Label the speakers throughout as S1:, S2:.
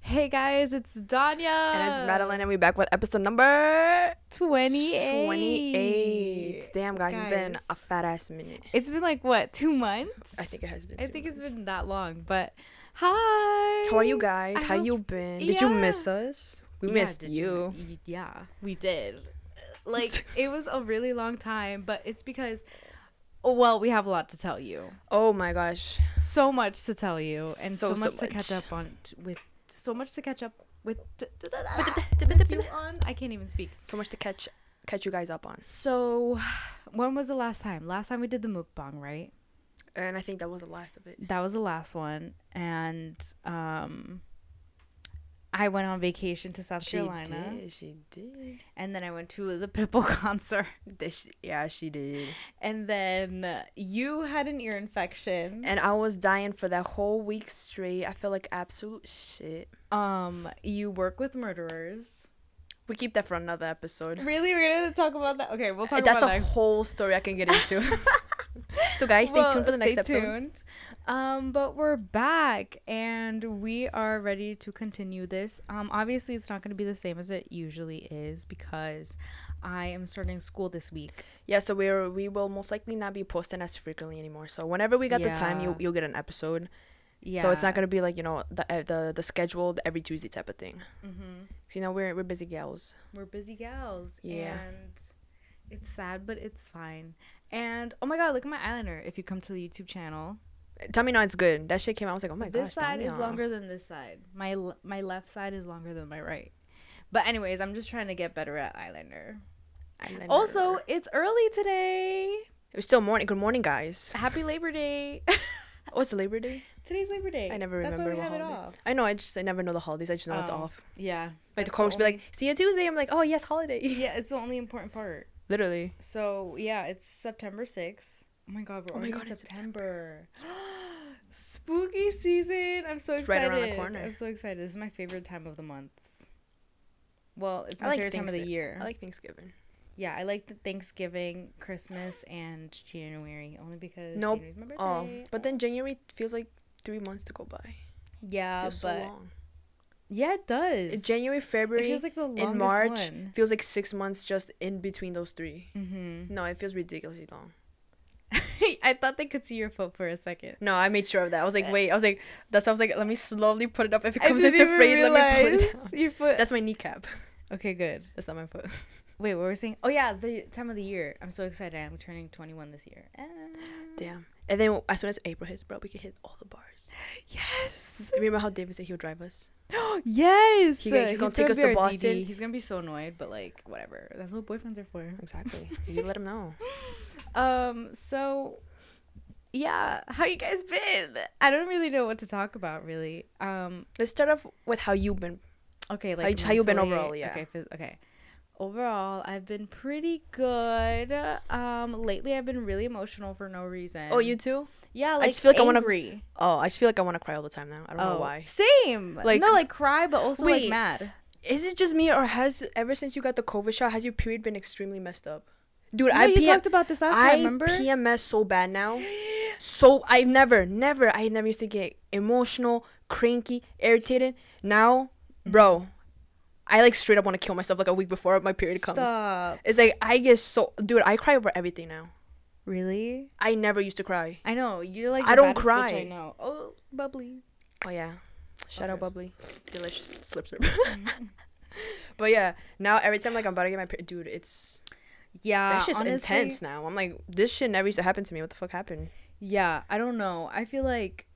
S1: Hey guys, it's Danya.
S2: And it's Madeline, and we're back with episode number
S1: 28.
S2: 28. Damn, guys, it's been
S1: Guys.
S2: a fat ass minute.
S1: It's been like what, two months?
S2: I think it has been.
S1: I
S2: two
S1: think it's
S2: months.
S1: been that long, but hi.
S2: How are you guys?
S1: I
S2: How
S1: hope-
S2: you been? Did you
S1: Yeah.
S2: miss us? We
S1: Yeah,
S2: missed
S1: did
S2: you.
S1: y- Yeah, we did. Like, it was a really long time, but it's because, well, we have a lot to tell you.
S2: Oh my gosh.
S1: So much to tell you, and
S2: So,
S1: so,
S2: so
S1: much, to
S2: much.
S1: catch up on t- with. So much to catch up with. with you
S2: So
S1: on. I can't even speak.
S2: much to catch catch you guys up on.
S1: So, when was the last time? Last time we did the mukbang, right?
S2: And I think that was the last of it.
S1: That was the last one, and um, I went on vacation to South Carolina,
S2: She did. She did.
S1: and then I went to the Pitbull concert,
S2: Did she- yeah, she did.
S1: and then uh, you had an ear infection.
S2: And I was dying for that whole week straight. I feel like absolute shit.
S1: Um, you work with murderers.
S2: We keep that for another episode.
S1: Really, we're gonna talk about that? Okay, we'll talk
S2: That's a
S1: about that.
S2: whole story I can get into. so guys, stay
S1: Well,
S2: tuned for the next
S1: stay
S2: episode.
S1: tuned. Um, but we're back and we are ready to continue this. Um, obviously, it's not going to be the same as it usually is because I am starting school this week.
S2: Yeah, so we're we will most likely not be posting as frequently anymore. So whenever we got the time, you
S1: Yeah.
S2: you'll get an episode.
S1: Yeah.
S2: So it's not gonna be like you know the uh, the the scheduled every Tuesday type of thing.
S1: Mm-hmm.
S2: So, you know we're we're busy gals.
S1: We're busy gals.
S2: Yeah.
S1: And it's sad, but it's fine. And oh my god, look at my eyeliner. If you come to the YouTube channel,
S2: Tell me now it's good. That shit came out. I was like, oh my
S1: this
S2: gosh.
S1: side is
S2: Danya.
S1: longer than this side. My l- my left side is longer than my right. But anyways, I'm just trying to get better at eyeliner.
S2: Eyeliner.
S1: Also, it's early today.
S2: it was still morning. Good morning, guys.
S1: Happy Labor Day.
S2: What's the Labor Day?
S1: Today's Labor Day.
S2: I never
S1: That's
S2: remember
S1: why we
S2: what
S1: have it
S2: holiday.
S1: off.
S2: I know. I just I never know the holidays. I just know it's
S1: Um,
S2: off.
S1: Yeah.
S2: Like
S1: That's
S2: the coach be
S1: only-
S2: like, see you Tuesday. I'm like, oh yes, holiday.
S1: Yeah, it's the only important part.
S2: Literally.
S1: So yeah, it's September 6th. Oh my god, we're
S2: Oh my
S1: already
S2: God,
S1: in
S2: it's
S1: September. Spooky season. I'm so
S2: It's right
S1: excited.
S2: around the corner.
S1: I'm so excited. This is my favorite time of the month. Well, it's
S2: I
S1: my
S2: like
S1: favorite time of the
S2: Thanksgiving.
S1: year.
S2: I like Thanksgiving.
S1: yeah, I like the Thanksgiving, Christmas, and January only because
S2: Nope.
S1: January's my
S2: Oh,
S1: birthday.
S2: but then January feels like three months to go by.
S1: yeah, Uh, but
S2: feels so long.
S1: yeah, it does.
S2: January,
S1: it
S2: February,
S1: feels like the longest
S2: in March
S1: one.
S2: feels like six months just in between those three.
S1: Mm-hmm.
S2: No, it feels ridiculously long.
S1: I thought they could see your foot for a second.
S2: No, I made sure of that. I was like, wait. I was like, that's. why I was like, let me slowly put it up. If it
S1: I
S2: comes
S1: didn't
S2: into
S1: even
S2: frame, let me put it down.
S1: realize your foot.
S2: That's my kneecap.
S1: okay, good.
S2: That's not my foot.
S1: Wait, what were we saying? Oh yeah, the time of the year. I'm so excited. I'm turning 21 this year. Ah.
S2: Damn. And then as soon as April hits, bro, we can hit all the bars.
S1: Yes.
S2: Remember how David said he'll drive us?
S1: yes.
S2: He- he's gonna take us
S1: be
S2: to
S1: our DD.
S2: Boston.
S1: He's gonna be so annoyed, but like whatever. That's what boyfriends are for.
S2: Exactly. you let him know.
S1: Um. So, yeah. How you guys been? I don't really know what to talk about really. Um.
S2: Let's start off with how you've been.
S1: Okay,
S2: How
S1: like
S2: you- how you been
S1: mentally-
S2: overall, yeah.
S1: Okay, phys- okay. Overall, I've been pretty good. Um, lately I've been really emotional for no reason.
S2: Oh, you too?
S1: Yeah, like I
S2: just feel like I wanna-
S1: angry.
S2: Oh, I just feel like I want to cry all the time now. I don't
S1: oh,
S2: know why.
S1: Same.
S2: Like-
S1: Like no, like cry, but also
S2: Wait.
S1: like mad.
S2: Is it just me, or has ever since you got the COVID shot, has your period been extremely messed up? Dude,
S1: Yeah,
S2: I
S1: you
S2: PM-
S1: talked about this last time.
S2: I
S1: remember?
S2: PMS so bad now. So I never, never, I never used to get emotional, cranky, irritated. Now, bro, I like straight up want to kill myself like a week before my period comes.
S1: Stop.
S2: It's like I get so, dude, I cry over everything now.
S1: Really?
S2: I never used to cry.
S1: I know you're like.
S2: I
S1: the
S2: don't
S1: baddest bitch
S2: cry.
S1: I know. Oh, bubbly.
S2: Oh yeah. Shout out
S1: Okay. Mm-hmm.
S2: bubbly. Delicious slip slip. but yeah, now every time like I'm about to get my period, dude, it's
S1: Yeah,
S2: that's just
S1: Uh, honestly,
S2: intense now. I'm like, this shit never used to happen to me. What the fuck happened?
S1: Yeah, I don't know. I feel like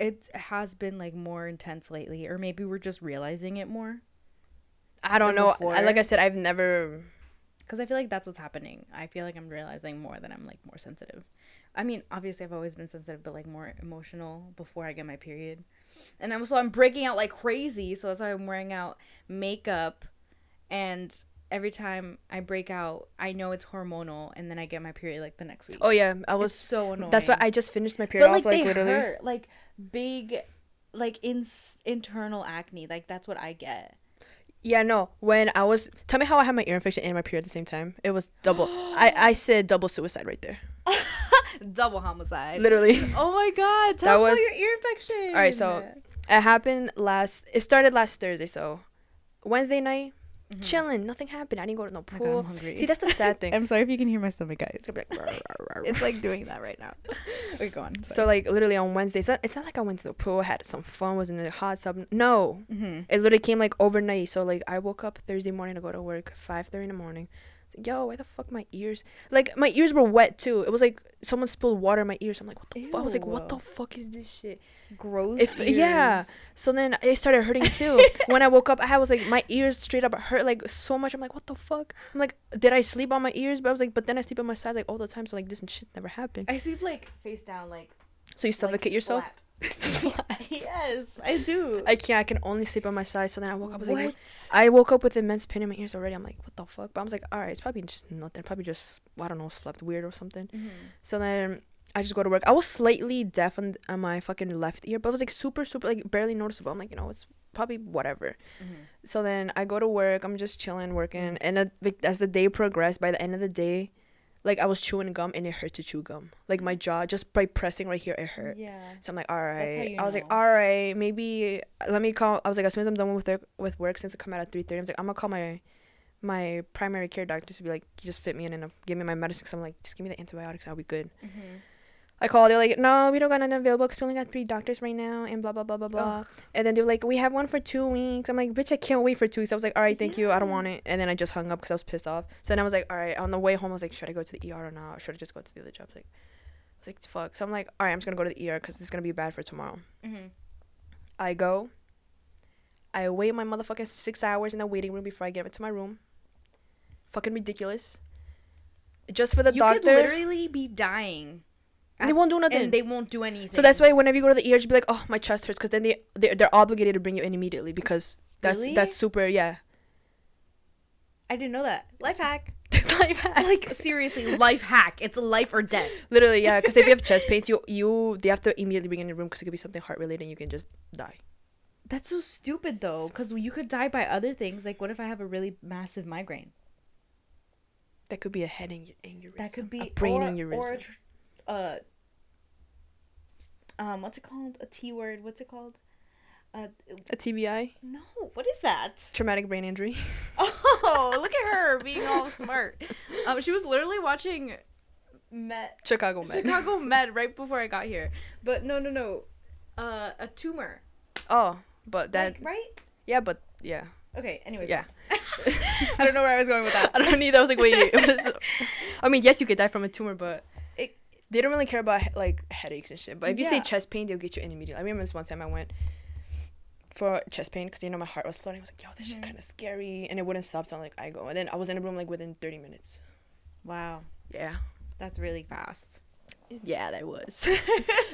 S1: it has been like more intense lately, or maybe we're just realizing it more.
S2: I don't
S1: Than
S2: know. I,
S1: before?
S2: like I said, I've never.
S1: Because I feel like that's what's happening. I feel like I'm realizing more that I'm like more sensitive. I mean, obviously, I've always been sensitive, but like more emotional before I get my period. And I'm so I'm breaking out like crazy. So that's why I'm wearing out makeup. And every time I break out, I know it's hormonal. And then I get my period like the next week.
S2: Oh yeah, I
S1: it's
S2: was.
S1: so annoying.
S2: That's why I just finished my period
S1: But like
S2: off like
S1: they
S2: literally.
S1: hurt, like big, like in- internal acne. Like that's what I get.
S2: Yeah, no. When I was, tell me how I had my ear infection and my period at the same time. It was double. I I said double suicide right there.
S1: Double homicide.
S2: Literally.
S1: Oh my god!
S2: That
S1: Tell us
S2: was-
S1: about your ear infection.
S2: All right, so It happened last. It started last Thursday, so Wednesday night, chilling. Nothing happened. I didn't go to no
S1: Mm-hmm. Oh my God, I'm
S2: pool.
S1: hungry.
S2: See, that's the sad thing.
S1: I'm sorry if you can hear my stomach, guys.
S2: It's gonna be like, "Rah, rah, rah, rah."
S1: It's like doing that right now. okay, go on.
S2: so like literally on Wednesday. It's not, it's not like I went to the pool, had some fun, was in the hot tub. No,
S1: hmm
S2: it literally came like overnight. So like I woke up Thursday morning to go to work, five thirty in the morning. It's like, Yo, why the fuck my ears? Like my ears were wet too. It was like someone spilled water in my ears. I'm like, what the fuck? I was like, what the
S1: Ew.
S2: fuck is this shit?
S1: gross.
S2: If- yeah.
S1: ears.
S2: So then it started hurting too. when I woke up, I had- was like my ears straight up hurt like so much. I'm like, what the fuck? I'm like, did I sleep on my ears? But I was like, but then I sleep on my sides like all the time. So like this shit never happened.
S1: I sleep like face down, like
S2: So you
S1: like,
S2: suffocate yourself.
S1: splat. yes, I do.
S2: I can't. I can only sleep on my side. So then I woke up. I was like,
S1: what?
S2: what? I woke up with immense pain in my ears already. I'm like, what the fuck? But I was like, all right, it's probably just nothing. Probably just I don't know, slept weird or something.
S1: Mm-hmm,
S2: So then I just go to work. I was slightly deaf on, on my fucking left ear, but it was like super, super, like barely noticeable. I'm like, you know, it's probably whatever.
S1: mm-hmm.
S2: So then I go to work. I'm just chilling, working, and uh, like as the day progressed, by the end of the day, like I was chewing gum and it hurt to chew gum. Like my jaw, just by pressing right here, it hurt.
S1: Yeah.
S2: So I'm like, all
S1: That's how
S2: right.
S1: you
S2: I was like,
S1: know.
S2: all right, maybe let me call. I was like, as soon as I'm done with work, with work since I come out at three thirty, I was like, I'm gonna call my my primary care doctor to be like, "You just fit me in and uh, give me my medicine. Cause I'm like, just give me the antibiotics, I'll be good.
S1: Mm-hmm.
S2: I called. They're like, no, we don't got none available. Cause we only got three doctors right now, and blah blah blah blah blah. And then they're like, we have one for two weeks. I'm like, bitch, I can't wait for two weeks. I was like, all right, thank you, I don't
S1: Yeah.
S2: want it. And then I just hung up because I was pissed off. So then I was like, all right. On the way home, I was like, should I go to the ER or not? Or should I just go to the other job? Like, I was like, fuck. So I'm like, all right, I'm just gonna go to the ER because this is gonna be bad for tomorrow.
S1: Mm-hmm.
S2: I go. I wait my motherfucking six hours in the waiting room before I get into my room. Fucking ridiculous. Just for the
S1: you could
S2: doctor,
S1: literally be dying,
S2: they won't do nothing.
S1: and they won't do anything.
S2: So that's why whenever you go to the ER, just be like, "Oh, my chest hurts," because then they they're, they're obligated to bring you in immediately because that's
S1: Really?
S2: that's super. Yeah,
S1: I didn't know that. Life hack. life hack. Like seriously, life hack. It's life or death.
S2: literally, yeah. Because if you have chest pains, you you they have to immediately bring you in the room because it could be something heart related and you can just die.
S1: That's so stupid though, because you could die by other things. Like, what if I have a really massive migraine?
S2: That could be a head an- aneurysm.
S1: That could be
S2: a brain
S1: or,
S2: aneurysm.
S1: or a tr- uh, um, what's it called? A T word. What's it called? Uh,
S2: a TBI,
S1: no. What is that?
S2: traumatic brain injury.
S1: Oh, look at her being all smart. Um, she was literally watching Met
S2: Chicago med.
S1: Chicago Med right before I got here. But no, no, no, uh, a tumor.
S2: Oh, but that
S1: like, right?
S2: yeah, but yeah,
S1: Okay. Anyways.
S2: yeah.
S1: I don't know where I was going with that.
S2: I don't need. I was like, wait. What is I mean, yes, you could die from a tumor, but
S1: It-
S2: they don't really care about he- like headaches and shit. But if you say
S1: Yeah.
S2: chest pain, they'll get you in immediately. I remember this one time I went for chest pain because you know my heart was fluttering. I was like, yo, this shit's kind of scary, and it wouldn't stop. So I'm like, I go, and then I was in a room like within thirty minutes.
S1: Wow,
S2: Yeah,
S1: that's really fast.
S2: yeah, that was.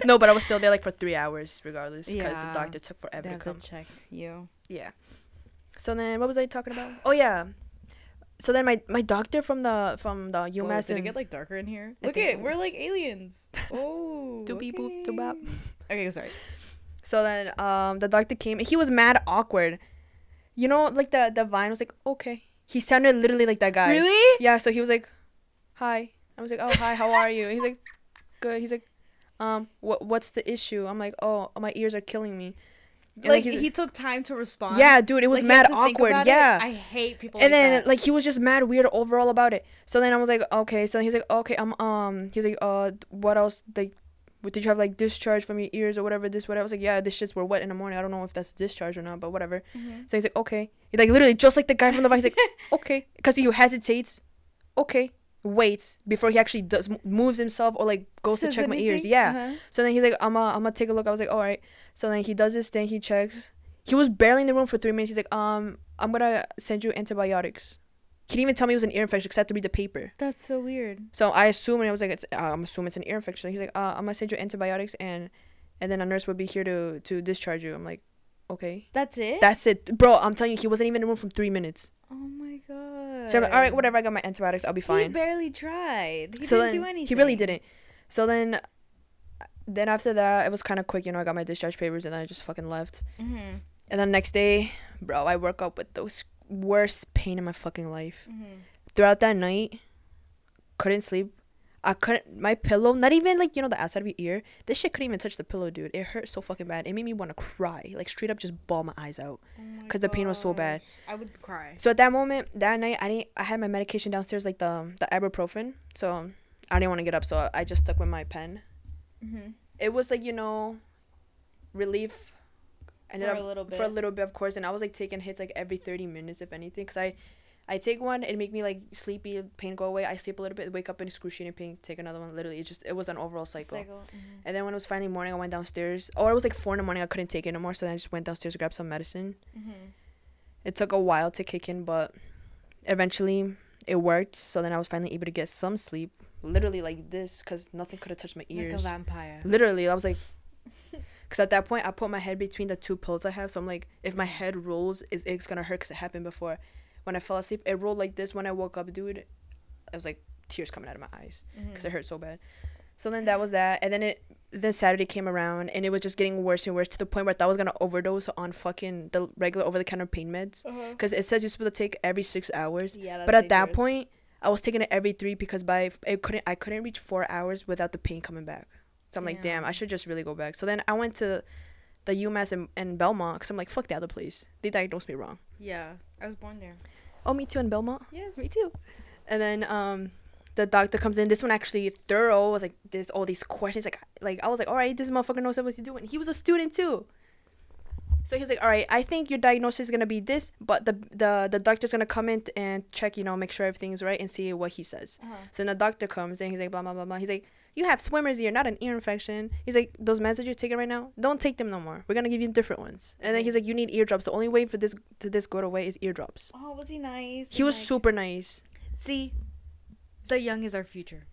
S2: no, but I was still there like for three hours regardless because
S1: Yeah.
S2: the doctor took forever
S1: They
S2: to
S1: have to
S2: come.
S1: check you.
S2: Yeah. So then, what was I talking about? Oh yeah. So then, my, my doctor from the from the
S1: Whoa,
S2: UMass
S1: did it
S2: and-
S1: get like darker in here?
S2: I
S1: Look
S2: think
S1: it,
S2: it
S1: we're like aliens. Oh,
S2: Doobie boop, doobop.
S1: okay. Okay, sorry.
S2: So then um the doctor came and he was mad awkward. You know, like the the vine was like, okay. He sounded literally like that guy.
S1: Really?
S2: Yeah, so he was like, Hi. I was like, Oh hi, how are you? And he's like, Good. He's like, um, what what's the issue? I'm like, Oh, my ears are killing me. And,
S1: Like
S2: he's-
S1: he took time to respond.
S2: Yeah, dude, it was
S1: Like, he had
S2: mad
S1: to think
S2: awkward.
S1: about it.
S2: Yeah.
S1: I hate people. like
S2: and then
S1: that.
S2: like he was just mad weird overall about it. So then I was like, okay. So he's like, okay, I'm um. He's like, uh, what else? Like, what, did you have like discharge from your ears or whatever? This whatever. I was like, yeah, this shits were wet in the morning. I don't know if that's discharge or not, but whatever.
S1: Mm-hmm.
S2: So he's like, okay. He, like literally just like the guy from the Vice, he's like, okay, because he hesitates. Okay, waits before he actually does moves himself or like goes
S1: Says
S2: to check my ears.
S1: anything?
S2: Yeah.
S1: Uh-huh.
S2: So then he's like, I'm gonna I'm gonna take a look. I was like, all right. So then he does this thing. He checks. He was barely in the room for three minutes. He's like, um, I'm gonna send you antibiotics. He didn't even tell me it was an ear infection except to read the paper.
S1: That's so weird.
S2: So I assume, and I was like, it's, uh, I'm assuming it's an ear infection. He's like, uh, I'm gonna send you antibiotics, and and then a nurse will be here to to discharge you. I'm like, okay,
S1: That's it.
S2: that's it, bro. I'm telling you, he wasn't even in the room for three minutes.
S1: oh my god.
S2: So I'm like, all right, whatever. I got my antibiotics. I'll be
S1: He
S2: fine.
S1: barely tried. He
S2: so
S1: didn't
S2: then
S1: do anything.
S2: he really didn't. So then, then after that, it was kind of quick. You know, I got my discharge papers, and then I just fucking left.
S1: Mm-hmm.
S2: And then next day, bro, I woke up with those worst pain in my fucking life.
S1: Mhm.
S2: Throughout that night, couldn't sleep. I couldn't. My pillow, not even like you know the outside of your ear. This shit couldn't even touch the pillow, dude. It hurt so fucking bad. It made me want to cry, like straight up, just ball my eyes out, Mm-hmm. cause the pain was so bad.
S1: Oh I would cry.
S2: So at that moment, that night, I didn't. I had my medication downstairs, like the the ibuprofen. So um, I didn't want to get up, so I just stuck with my pen. It was like you know, relief. Ended
S1: For
S2: up
S1: a little
S2: for a
S1: bit.
S2: little bit, of course. And I was like taking hits like every thirty minutes, if anything, because I, I take one, it make me like sleepy, pain go away. I sleep a little bit, wake up in excruciating pain, take another one. Literally, it just it was an overall cycle.
S1: Mm-hmm.
S2: And then when it was finally morning, I went downstairs. Or it was like four in the morning. I couldn't take it no more, so then I just went downstairs to grab some medicine.
S1: Mm-hmm.
S2: It took a while to kick in, but eventually it worked. So then I was finally able to get some sleep, literally like this, because nothing could have touched my
S1: Like
S2: ears. Mm-hmm.
S1: a vampire.
S2: Literally, I was like, because at that point I put my head between the two pills I have, so I'm like, if my head rolls, is it's gonna hurt? Cause it happened before. When I fell asleep, it rolled like this. When I woke up, dude, it was like tears coming out of my eyes
S1: Mm-hmm.
S2: because it hurt so bad. So then that was that, and then it then Saturday came around, and it was just getting worse and worse to the point where I thought I was gonna overdose on fucking the regular over the counter pain meds,
S1: Uh-huh.
S2: because it says you're supposed to take every six hours.
S1: Yeah, that's
S2: but at that
S1: dangerous.
S2: point, I was taking it every three because by it couldn't I couldn't reach four hours without the pain coming back. So I'm like,
S1: Damn.
S2: damn, I should just really go back. So then I went to the UMass in, in Belmont because I'm like, fuck the other place. They diagnosed me wrong.
S1: Yeah, I was born there.
S2: Oh, me too in Belmont.
S1: Yes.
S2: Me too. And then um, the doctor comes in. This one actually thorough. Was like, there's all these questions. Like, like I was like, all right, this motherfucker knows what he's doing. He was a student too. So he was like, all right, I think your diagnosis is gonna be this, but the the the doctor's gonna come in and check, you know, make sure everything's right and see what he says.
S1: Uh-huh.
S2: So then the doctor comes and he's like, blah blah blah blah. He's like, you have swimmer's ear, not an ear infection. He's like, those meds that you're taking right now, don't take them no more. We're gonna give you different ones. And then he's like, you need eardrops. The only way for this to this go away is eardrops.
S1: Oh, was he nice?
S2: He
S1: and,
S2: was
S1: like-
S2: super nice.
S1: See, the young is our future.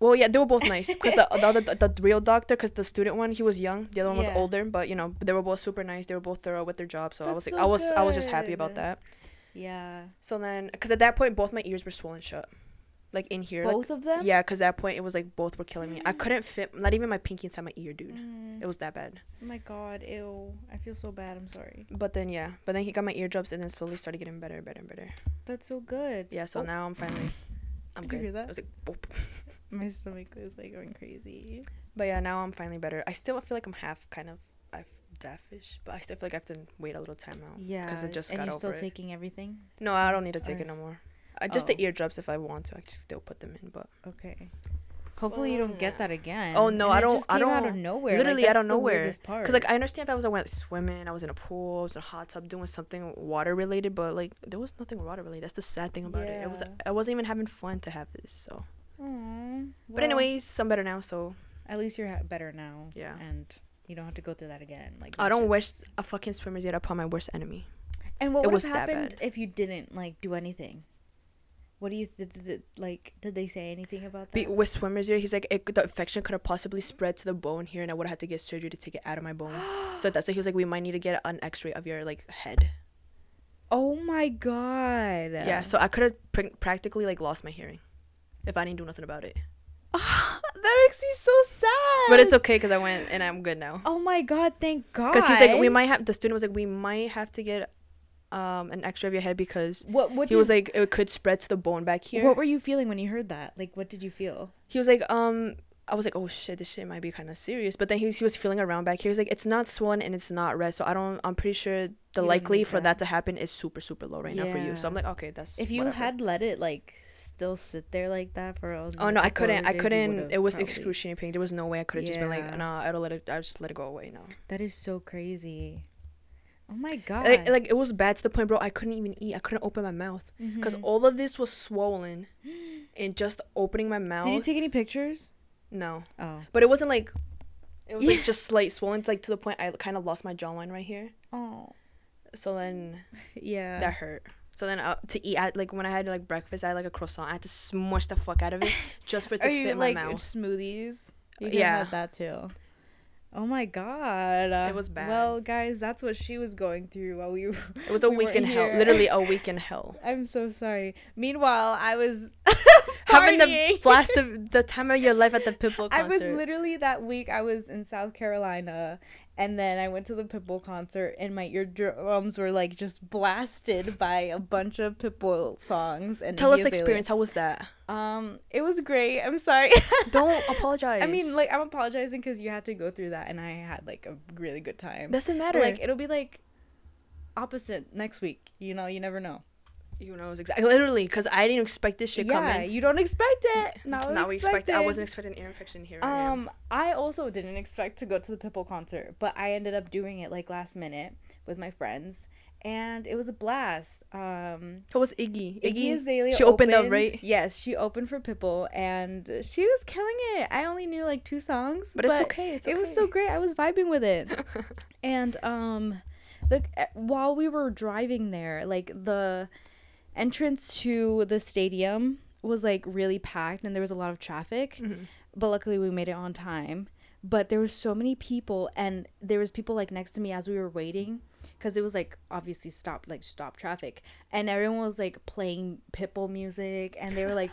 S2: Well, yeah, they were both nice because the, the other the, the real doctor, because the student one he was young, the other one was
S1: Yeah.
S2: older, but you know they were both super nice. They were both thorough with their job, so I was
S1: That's
S2: like,
S1: so
S2: I was I was just happy
S1: good.
S2: about that.
S1: Yeah.
S2: So then, because at that point both my ears were swollen shut, like in here. like-
S1: Both of them. Mm.
S2: yeah, because that point it was like both were killing me. I couldn't fit not even my pinky inside my ear, dude. It was that bad.
S1: Oh my God. Ew. I feel so bad. I'm sorry.
S2: But then yeah, but then he got my eardrops and then slowly started getting better, and better, and better.
S1: That's so good.
S2: Yeah, so
S1: Oh.
S2: now I'm finally,
S1: Did
S2: I'm
S1: you
S2: good.
S1: hear that?
S2: I was like, boop.
S1: My stomach is like going crazy.
S2: But yeah, now I'm finally better. I still feel like I'm half kind of i deafish, but I still feel like I have to wait a little time out.
S1: Yeah.
S2: I just
S1: and
S2: got
S1: you're
S2: over
S1: still
S2: it.
S1: taking everything.
S2: No, I don't need to
S1: Or-
S2: take it no more. I, just the
S1: Oh.
S2: eardrops if I want to. I can still put them in, but
S1: Okay. Hopefully you
S2: Well,
S1: don't get
S2: nah.
S1: that again.
S2: Oh, no,
S1: And
S2: I
S1: it
S2: don't-
S1: Just
S2: I
S1: came out of
S2: don't-
S1: nowhere.
S2: literally
S1: like,
S2: out
S1: that's
S2: of
S1: the
S2: nowhere.
S1: weirdest part.
S2: because like I understand if I was I went swimming, I was in a pool, I was in a hot tub doing something water related, but like there was nothing water related. That's the sad thing about it. It was
S1: Yeah.
S2: I wasn't even having fun to have this. So,
S1: Aw,
S2: but
S1: well,
S2: anyways, I'm better now. So
S1: at least you're ha- better now.
S2: Yeah.
S1: And you don't have to go through that again. Like
S2: I
S1: that
S2: Oh, don't
S1: shit-
S2: wish a fucking swimmer's yet upon my worst enemy.
S1: And what
S2: it
S1: would
S2: was
S1: have
S2: that
S1: happened if you didn't like do anything? What do you th- th- th- like? Did they say anything about that?
S2: Be, with swimmer's ear, he's like, it, the infection could have possibly spread to the bone here, and I would have had to get surgery to take it out of my bone. so that's why he was like, we might need to get an X-ray of your like head.
S1: oh my god.
S2: Yeah. so I could have pr- practically like lost my hearing if I didn't do nothing about it.
S1: that makes me so sad.
S2: But it's okay because I went and I'm good now.
S1: oh my god, thank god.
S2: Because Oh, he's like, we might have. The student was like, we might have to get um an X-ray of your head because
S1: What? What?
S2: he was like, it could spread to the bone back here.
S1: What were you feeling when you heard that? Like, what did you feel?
S2: he was like, um, I was like, oh shit, this shit might be kind of serious. But then he was, he was feeling around back here. He was like, it's not swollen and it's not red, so I don't. I'm pretty sure the
S1: don't
S2: likely
S1: need
S2: for
S1: that.
S2: that to happen is super super low right now for you. So
S1: Yeah.
S2: I'm like, okay, that's
S1: If you
S2: whatever.
S1: had let it like still sit there like that for a
S2: Oh no, I
S1: couple
S2: couldn't.
S1: other
S2: I
S1: days, you
S2: couldn't.
S1: would've
S2: It was
S1: probably-
S2: excruciating pain. There was no way I could have just been
S1: Yeah.
S2: like, nah, I don't let it. I just let it go away now.
S1: That is so crazy. Oh my god.
S2: Like, like it was bad to the point, bro. I couldn't even eat. I couldn't open my mouth because
S1: Mm-hmm.
S2: all of this was swollen, and just opening my mouth.
S1: did you take any pictures?
S2: no,
S1: Oh.
S2: but it wasn't like. It was
S1: Yeah.
S2: like just slight swollen, It's, like to the point I kind of lost my jawline right here.
S1: Oh.
S2: So then
S1: Yeah.
S2: that hurt. So then uh, to eat, I, like when I had like breakfast, I had like a croissant. I had to smush the fuck out of it just for it to
S1: Are you
S2: fit my
S1: like
S2: mouth.
S1: smoothies? You can
S2: Yeah.
S1: have that too. Oh my god. It
S2: was bad.
S1: Well, guys, that's what she was going through while we were.
S2: It was a
S1: we
S2: week
S1: weren't
S2: in hell,
S1: here.
S2: literally a week in hell.
S1: I'm so sorry. Meanwhile, I was
S2: having the
S1: partying.
S2: blast of the time of your life at the Pitbull concert.
S1: I was literally that week. I was in South Carolina, and then I went to the Pitbull concert, and my eardrums were like just blasted by a bunch of Pitbull songs. And
S2: Tell us the
S1: Iggy Azalea.
S2: experience. How was that?
S1: Um, it was great. I'm sorry.
S2: Don't apologize.
S1: I mean, like I'm apologizing because you had to go through that, and I had like a really good time.
S2: doesn't
S1: But,
S2: matter.
S1: Like it'll be like opposite next week. You know, you never know.
S2: you know, exactly. Literally, because I didn't expect this shit
S1: yeah,
S2: coming.
S1: you don't expect it. Not
S2: Now we expect.
S1: expected.
S2: I wasn't expecting ear infection here. I am.
S1: Um, I also didn't expect to go to the Pitbull concert, but I ended up doing it like last minute with my friends, and it was a blast. Um,
S2: Who was Iggy?
S1: Iggy Azalea.
S2: She opened up, right?
S1: Yes, she opened for Pitbull, and she was killing it. I only knew like two songs,
S2: But it's okay, it's
S1: It was
S2: okay.
S1: so great. I was vibing with it, and um, the eh, while we were driving there, like the entrance to the stadium was like really packed, and there was a lot of traffic.
S2: Mm-hmm.
S1: But luckily, we made it on time. But there was so many people, and there was people like next to me as we were waiting, because it was like obviously stopped like stop traffic, and everyone was like playing Pitbull music, and they were like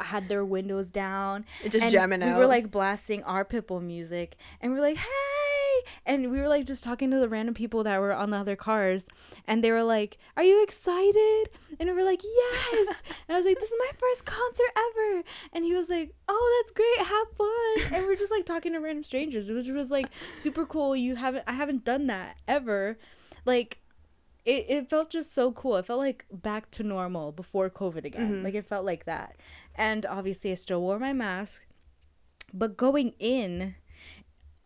S1: had their windows down.
S2: And just
S1: and
S2: jamming
S1: we
S2: out.
S1: We were like blasting our Pitbull music, and we were like, "Hey!" And we were like just talking to the random people that were on the other cars, and they were like, "Are you excited?" And we were like, "Yes!" and I was like, "This is my first concert ever!" And he was like, "Oh, that's great! Have fun!" And we are just like talking to random strangers, which was like super cool. You haven't, I haven't done that ever, like it, it felt just so cool. It felt like back to normal before COVID again. Like it felt like that. And obviously I still wore my mask. But going in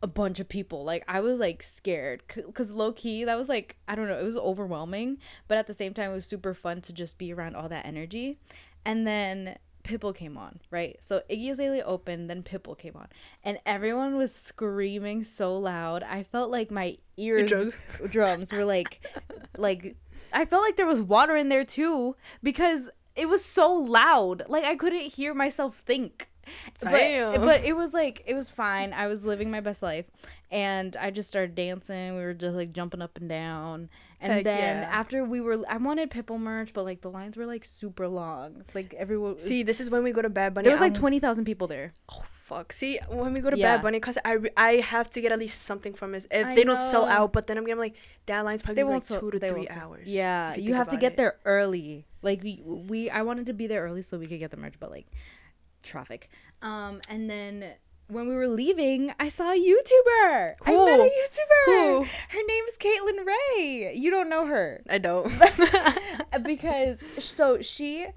S1: a bunch of people, like I was like scared cuz low key that was like I don't know, it was overwhelming, but at the same time it was super fun to just be around all that energy. And then Pitbull came on, right? So Iggy Azalea opened, then Pitbull came on, and everyone was screaming so loud. I felt like my ears
S2: drums.
S1: drums were like like I felt like there was water in there too because it was so loud. Like I couldn't hear myself think. But,
S2: Damn.
S1: but it was like it was fine. I was living my best life and I just started dancing. We were just like jumping up and down. And
S2: Heck
S1: then
S2: yeah.
S1: after we were I wanted Pitbull merch, but like the lines were like super long. Like everyone
S2: See, this is when we go to Bad Bunny.
S1: there was like
S2: I'm-
S1: 20,000 people there.
S2: Oh, fuck. See, when we go to
S1: Yeah.
S2: Bad Bunny, cause I re- I have to get at least something from this. If
S1: I
S2: they don't sell
S1: know.
S2: out, but then I'm gonna be like that line's probably
S1: they
S2: gonna be,
S1: won't
S2: like
S1: sell-
S2: two to
S1: they
S2: three
S1: won't sell-
S2: hours.
S1: Yeah,
S2: if
S1: you
S2: think
S1: have to
S2: about
S1: get
S2: it.
S1: there early. Like we, we, I wanted to be there early so we could get the merch, but like traffic. Um, and then when we were leaving, I saw a YouTuber. I met
S2: Who?
S1: a YouTuber.
S2: Who?
S1: Her name's Caitlin Ray. You don't know her
S2: I don't.
S1: because so she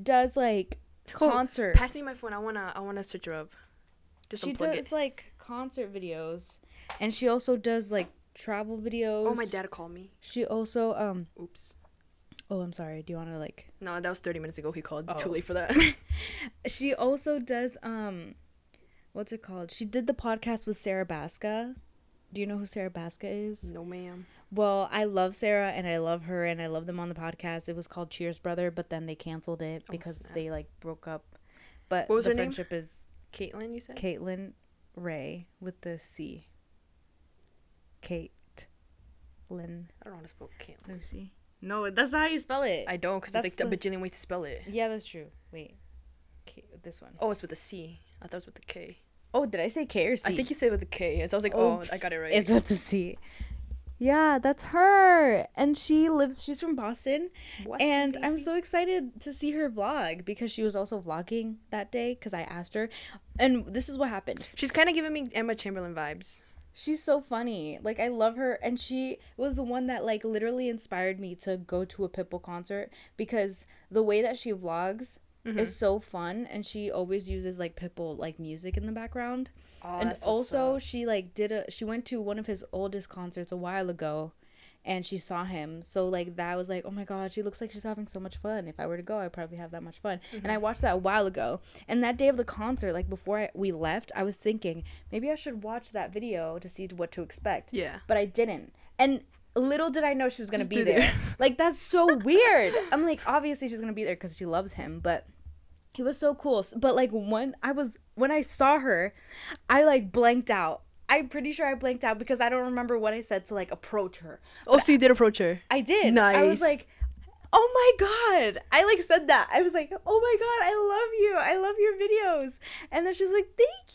S1: does like
S2: Cool.
S1: concert.
S2: Pass me my phone. I wanna I wanna search her up. Just
S1: she
S2: unplug
S1: does
S2: it.
S1: like concert videos, and she also does like travel videos.
S2: Oh, my dad called me.
S1: She also um.
S2: Oops.
S1: Oh, I'm sorry. Do you want to like?
S2: No, that was 30 minutes ago. He called. It's too
S1: Oh.
S2: late for that.
S1: she also does um what's it called she did the podcast with sarah basca do you know who sarah basca is
S2: no, ma'am.
S1: well i love sarah and i love her and i love them on the podcast it was called cheers brother but then they canceled it because
S2: Oh, snap.
S1: they like broke up but
S2: What was
S1: the
S2: her name?
S1: friendship is
S2: Caitlin, you said.
S1: caitlin ray with the c kate lynn
S2: I don't want to spell Caitlin.
S1: let me see no that's not how you spell it
S2: I don't, cause
S1: That's
S2: there's like
S1: the-
S2: a bajillion ways to spell it.
S1: yeah that's true wait K- this one.
S2: Oh, it's with a C. I thought it was with a K.
S1: Oh, did I say K or
S2: I
S1: C?
S2: think you said with a K. And so I was like,
S1: Oops.
S2: oh, I got it right.
S1: It's with the C. Yeah, that's her. And she lives, she's from Boston.
S2: What,
S1: and
S2: baby?
S1: I'm so excited to see her vlog because she was also vlogging that day because I asked her. And this is what happened.
S2: She's kind of giving me Emma Chamberlain vibes.
S1: She's so funny. Like I love her and she was the one that like literally inspired me to go to a Pitbull concert because the way that she vlogs
S2: Mm-hmm.
S1: is so fun and she always uses like Pitbull like music in the background.
S2: Oh,
S1: and
S2: that's what's
S1: also
S2: up.
S1: she like did a she went to one of his oldest concerts a while ago and she saw him. So like that was like, "Oh my god, she looks like she's having so much fun. If I were to go, I'd probably have that much fun." And I watched that a while ago. And that day of the concert, like before I, we left, I was thinking, "Maybe I should watch that video to see what to expect."
S2: Yeah.
S1: But I didn't. And little did I know she was going to be
S2: did it.
S1: there. like that's so weird. I'm like, obviously she's going to be there cuz she loves him, but he was so cool. S- But like when I was when I saw her, I like blanked out. I'm pretty sure I blanked out because I don't remember what I said to like approach her.
S2: Oh, so you did approach her.
S1: I did. I was
S2: Nice.
S1: like, oh my god i like said that i was like oh my god i love you i love your videos and then she's like thank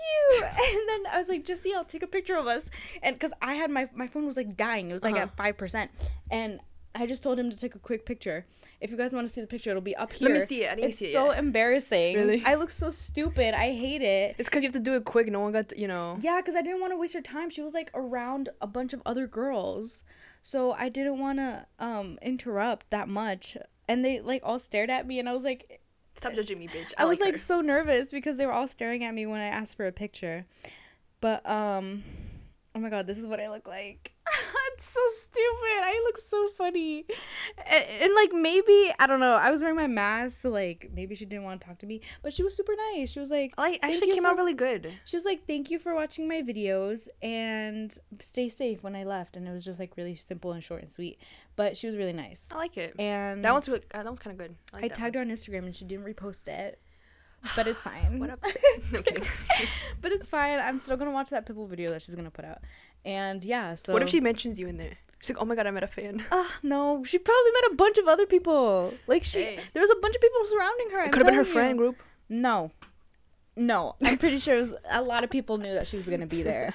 S1: you and then i was like just yeah take a picture of us and because i had my my phone was like dying it was like
S2: Uh-huh.
S1: at five percent and i just told him to take a quick picture if you guys want to see the picture it'll be up here
S2: me see it. I need to
S1: it's
S2: see it,
S1: so
S2: yeah.
S1: embarrassing
S2: Really?
S1: i look so stupid i hate it
S2: It's because you have to do it quick. No one got, you know.
S1: yeah, because I didn't want to waste her time. She was like around a bunch of other girls, so I didn't want to um interrupt that much. And they like all stared at me, and I was like,
S2: Stop judging me, bitch.
S1: I, was like so nervous because they were all staring at me when I asked for a picture. But um, oh my god, this is what I look like. it's so stupid. I look so funny, and, and like maybe I don't know. I was wearing my mask, so like maybe she didn't want to talk to me, but she was super nice. She was like,
S2: like
S1: "Thank
S2: "Oh, actually
S1: you
S2: came
S1: for
S2: out really good.
S1: she was like, "Thank you for watching my videos and stay safe." When I left, and it was just like really simple and short and sweet, but she was really nice.
S2: I like it.
S1: And
S2: That one's really, uh, that one's kind of good. I, like
S1: I
S2: that
S1: tagged her on Instagram and she didn't repost it, but it's fine.
S2: What a- one. I'm kidding.
S1: but it's fine. I'm still gonna watch that Pitbull video that she's gonna put out. And yeah, so
S2: What if she mentions you in there? She's like, oh my god, I met a fan.
S1: Ah, no, she probably met a bunch of other people. Like she,
S2: Hey.
S1: there was a bunch of people surrounding her. I'm
S2: It could have been her
S1: telling you.
S2: friend group.
S1: No, no. I'm pretty sure it was, a lot of people knew that she was gonna be there.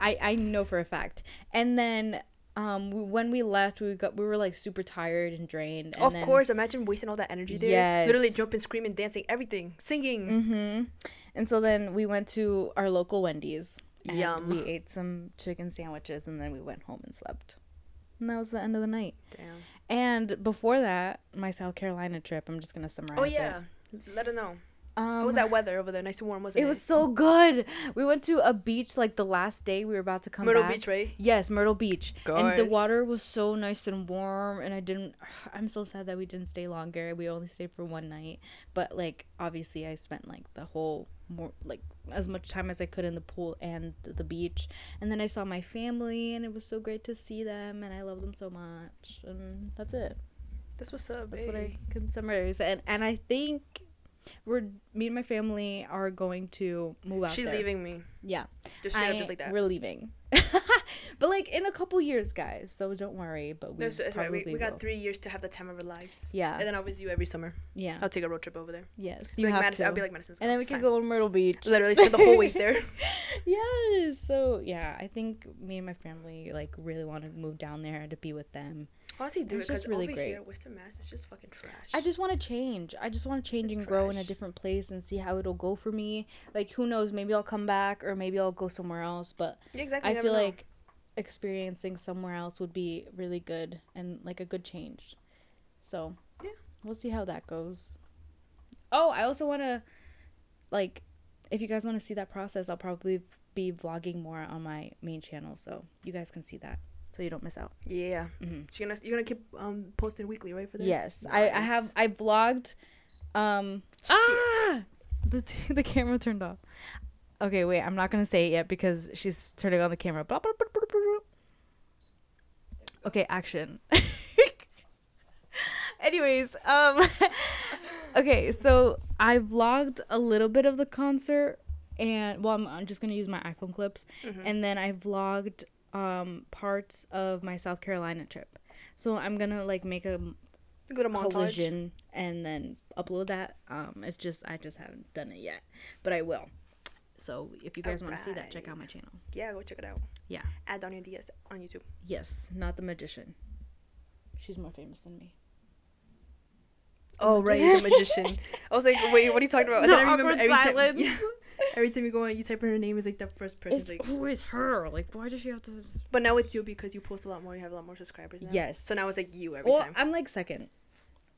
S1: I I know for a fact. And then um we, when we left, we got we were like super tired and drained. And
S2: of
S1: then-
S2: course, imagine wasting all that energy there.
S1: Yes.
S2: Literally jumping, screaming, dancing, everything, singing.
S1: Mhm. And so then we went to our local Wendy's. And
S2: Yum.
S1: We ate some chicken sandwiches and then we went home and slept. And that was the end of the night.
S2: Damn.
S1: And before that, my South Carolina trip. I'm just gonna summarize.
S2: Oh
S1: it.
S2: yeah, let her know.
S1: Um,
S2: How was that weather over there? Nice and warm, wasn't it?
S1: It was so good. We went to a beach like the last day we were about to come
S2: Myrtle
S1: back.
S2: Beach, right?
S1: Yes, Myrtle Beach. And the
S2: Guys.
S1: water was so nice and warm and I didn't I'm so sad that we didn't stay longer. We only stayed for one night, but like obviously I spent like the whole more like as much time as I could in the pool and the beach. And then I saw my family and it was so great to see them and I love them so much. And that's it.
S2: That's what's up.
S1: That's what I can summarize. And and I think we're me and my family are going to move out.
S2: She's
S1: there.
S2: leaving me.
S1: Yeah.
S2: Just straight
S1: I-
S2: up, just like that.
S1: We're leaving. but like in a couple years, guys. So don't worry. But we
S2: No, so, it's right.
S1: probably
S2: We, we got
S1: will.
S2: three years to have the time of our lives.
S1: Yeah.
S2: And then I'll visit you every summer.
S1: yeah.
S2: I'll take a road trip over there.
S1: yes.
S2: Be
S1: You
S2: like
S1: have
S2: Madison.
S1: to.
S2: I'll be like Madison.
S1: and then we
S2: Square.
S1: could go to Myrtle Beach.
S2: Literally spend the whole week there.
S1: yes. So yeah, I think me and my family like really want to move down there to be with them.
S2: Honestly, do
S1: It's
S2: it
S1: just
S2: because
S1: really
S2: over
S1: great.
S2: here, Western Mass is just fucking trash.
S1: I just want to change. I just want to change
S2: It's
S1: and grow in a
S2: trash.
S1: different place and see how it'll go for me. Like who knows? Maybe I'll come back or maybe I'll go somewhere else. But
S2: yeah, exactly.
S1: I
S2: you never
S1: feel
S2: know.
S1: like experiencing somewhere else would be really good and like a good change. So
S2: Yeah.
S1: we'll see how that goes. Oh, I also want to like if you guys want to see that process, I'll probably v- be vlogging more on my main channel, so you guys can see that, so you don't miss out.
S2: Yeah.
S1: Mhm.
S2: She's gonna you're gonna keep um posting weekly, right? For that.
S1: Yes, I, I have I vlogged. Um,
S2: Shit.
S1: ah, the t- the camera turned off. Okay, wait, I'm not gonna say it yet because she's turning on the camera. Blah, blah, blah, blah, blah, blah. Okay, action. Anyways, um, okay, so I vlogged a little bit of the concert, and well, I'm, I'm just gonna use my iPhone clips, and then I vlogged um parts of my South Carolina trip. So I'm gonna like make a
S2: Go to montage.
S1: collision and then upload that. Um, it's just I just haven't done it yet, but I will. So if you guys want to see that, check out my channel.
S2: Yeah, go check it out.
S1: Yeah.
S2: Add Donia Diaz on YouTube.
S1: Yes, not the magician. She's more famous than me.
S2: Oh right, the magician. I was like, wait, what are you talking about?
S1: The
S2: I
S1: awkward silence.
S2: Time, yeah. every time you go on, you type in her name is like the first person.
S1: It's,
S2: It's like,
S1: who is her? Like, why does she have to?
S2: but now it's you because you post a lot more. You have a lot more subscribers. Now.
S1: Yes.
S2: So now it's like you every
S1: Well,
S2: time.
S1: I'm like second.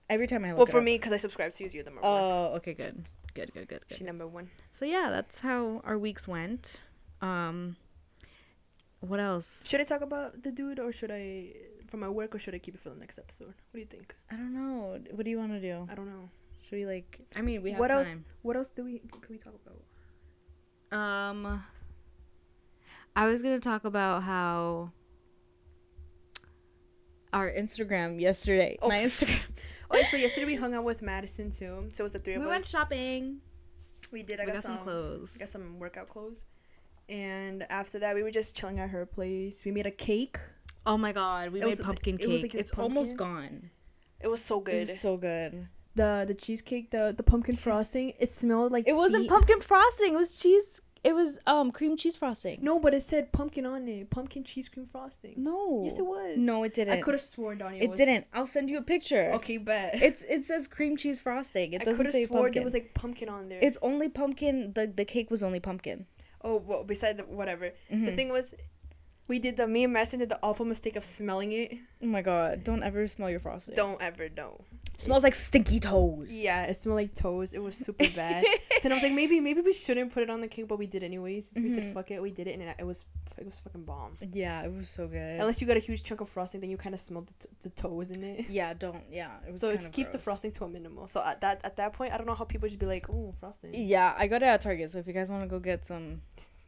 S1: Every time I look.
S2: well,
S1: it
S2: for
S1: up.
S2: me, because I subscribe to you, you're the number one.
S1: Oh, okay, good, good, good, good,
S2: She
S1: good.
S2: number one.
S1: So yeah, that's how our weeks went. Um, what else?
S2: Should I talk about the dude or should I from my work or should I keep it for the next episode? What do you think?
S1: I don't know. What do you want to do?
S2: I don't know.
S1: Should we like? I mean, we have
S2: what
S1: time.
S2: else? What else do we can we talk about?
S1: Um, I was gonna talk about how our Instagram yesterday.
S2: Oh.
S1: My Instagram.
S2: Oh, so yesterday we hung out with Madison too. So it was the three
S1: we
S2: of
S1: went
S2: us.
S1: shopping.
S2: we did.
S1: we got some clothes.
S2: I got some workout clothes. And after that, we were just chilling at her place. We made a cake.
S1: Oh my god, we
S2: It
S1: made
S2: was-
S1: pumpkin
S2: it
S1: cake.
S2: was like this
S1: it's almost
S2: pumpkin-
S1: gone.
S2: It was so
S1: It
S2: good.
S1: was so good.
S2: the the cheesecake, the the pumpkin frosting, it smelled like
S1: It wasn't
S2: feet.
S1: pumpkin frosting. It was cheese. It was um cream cheese frosting.
S2: No, but it said pumpkin on it. Pumpkin cheese cream frosting.
S1: No.
S2: Yes, it was.
S1: No, it didn't.
S2: I could have sworn Donnie
S1: It
S2: was.
S1: didn't. I'll send you a picture.
S2: Okay, bet.
S1: It's it says cream cheese frosting. It
S2: I
S1: doesn't
S2: could have
S1: say
S2: sworn
S1: pumpkin.
S2: there was like pumpkin on there.
S1: it's only pumpkin. The the cake was only pumpkin. Mm-hmm.
S2: oh well, besides the, whatever. The thing was, we did the me and Madison did the awful mistake of smelling it.
S1: Oh my god! Don't ever smell your frosting.
S2: Don't ever know.
S1: Smells like stinky toes.
S2: Yeah, it smelled like toes. It was super bad. so then I was like, maybe maybe we shouldn't put it on the cake, but we did anyways. We said
S1: Mm-hmm.
S2: fuck it, we did it, and it, it was it was fucking bomb.
S1: Yeah, it was so good.
S2: Unless you got a huge chunk of frosting, then you kind of smelled the, t- the toes in it.
S1: yeah, don't. Yeah, it was.
S2: So
S1: kind
S2: just
S1: of
S2: keep the
S1: gross.
S2: frosting to a minimal. So at that at that point, I don't know how people should be like, oh, frosting,
S1: Yeah, I got it at Target. So if you guys want to go get some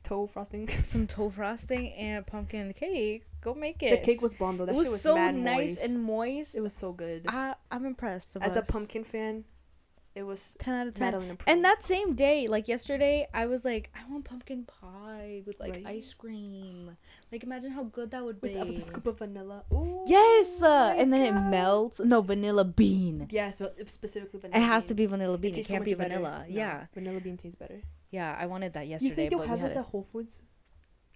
S2: toe frosting.
S1: some toe frosting and pumpkin cake, go make it.
S2: the cake was bomb though. That
S1: it was,
S2: shit was
S1: so
S2: mad
S1: nice
S2: moist.
S1: and moist.
S2: it was so good.
S1: I I'm impressed. of
S2: As a
S1: us.
S2: pumpkin fan, it was
S1: ten out of ten.
S2: Madeline approved.
S1: And that same day, like yesterday, I was like, I want pumpkin pie with like
S2: Right.
S1: ice cream. Like, imagine how good that would be.
S2: with a with a scoop of vanilla. Ooh,
S1: yes, uh,
S2: my
S1: and then
S2: God.
S1: it melts. No, vanilla bean.
S2: Yes, well, if specifically vanilla.
S1: It has to
S2: bean.
S1: be vanilla bean. It,
S2: tastes so
S1: can't
S2: much
S1: be
S2: better.
S1: vanilla.
S2: No,
S1: Yeah,
S2: vanilla bean tastes better.
S1: yeah. I wanted that yesterday.
S2: You think they'll
S1: but
S2: have
S1: we had
S2: this
S1: it.
S2: at Whole Foods?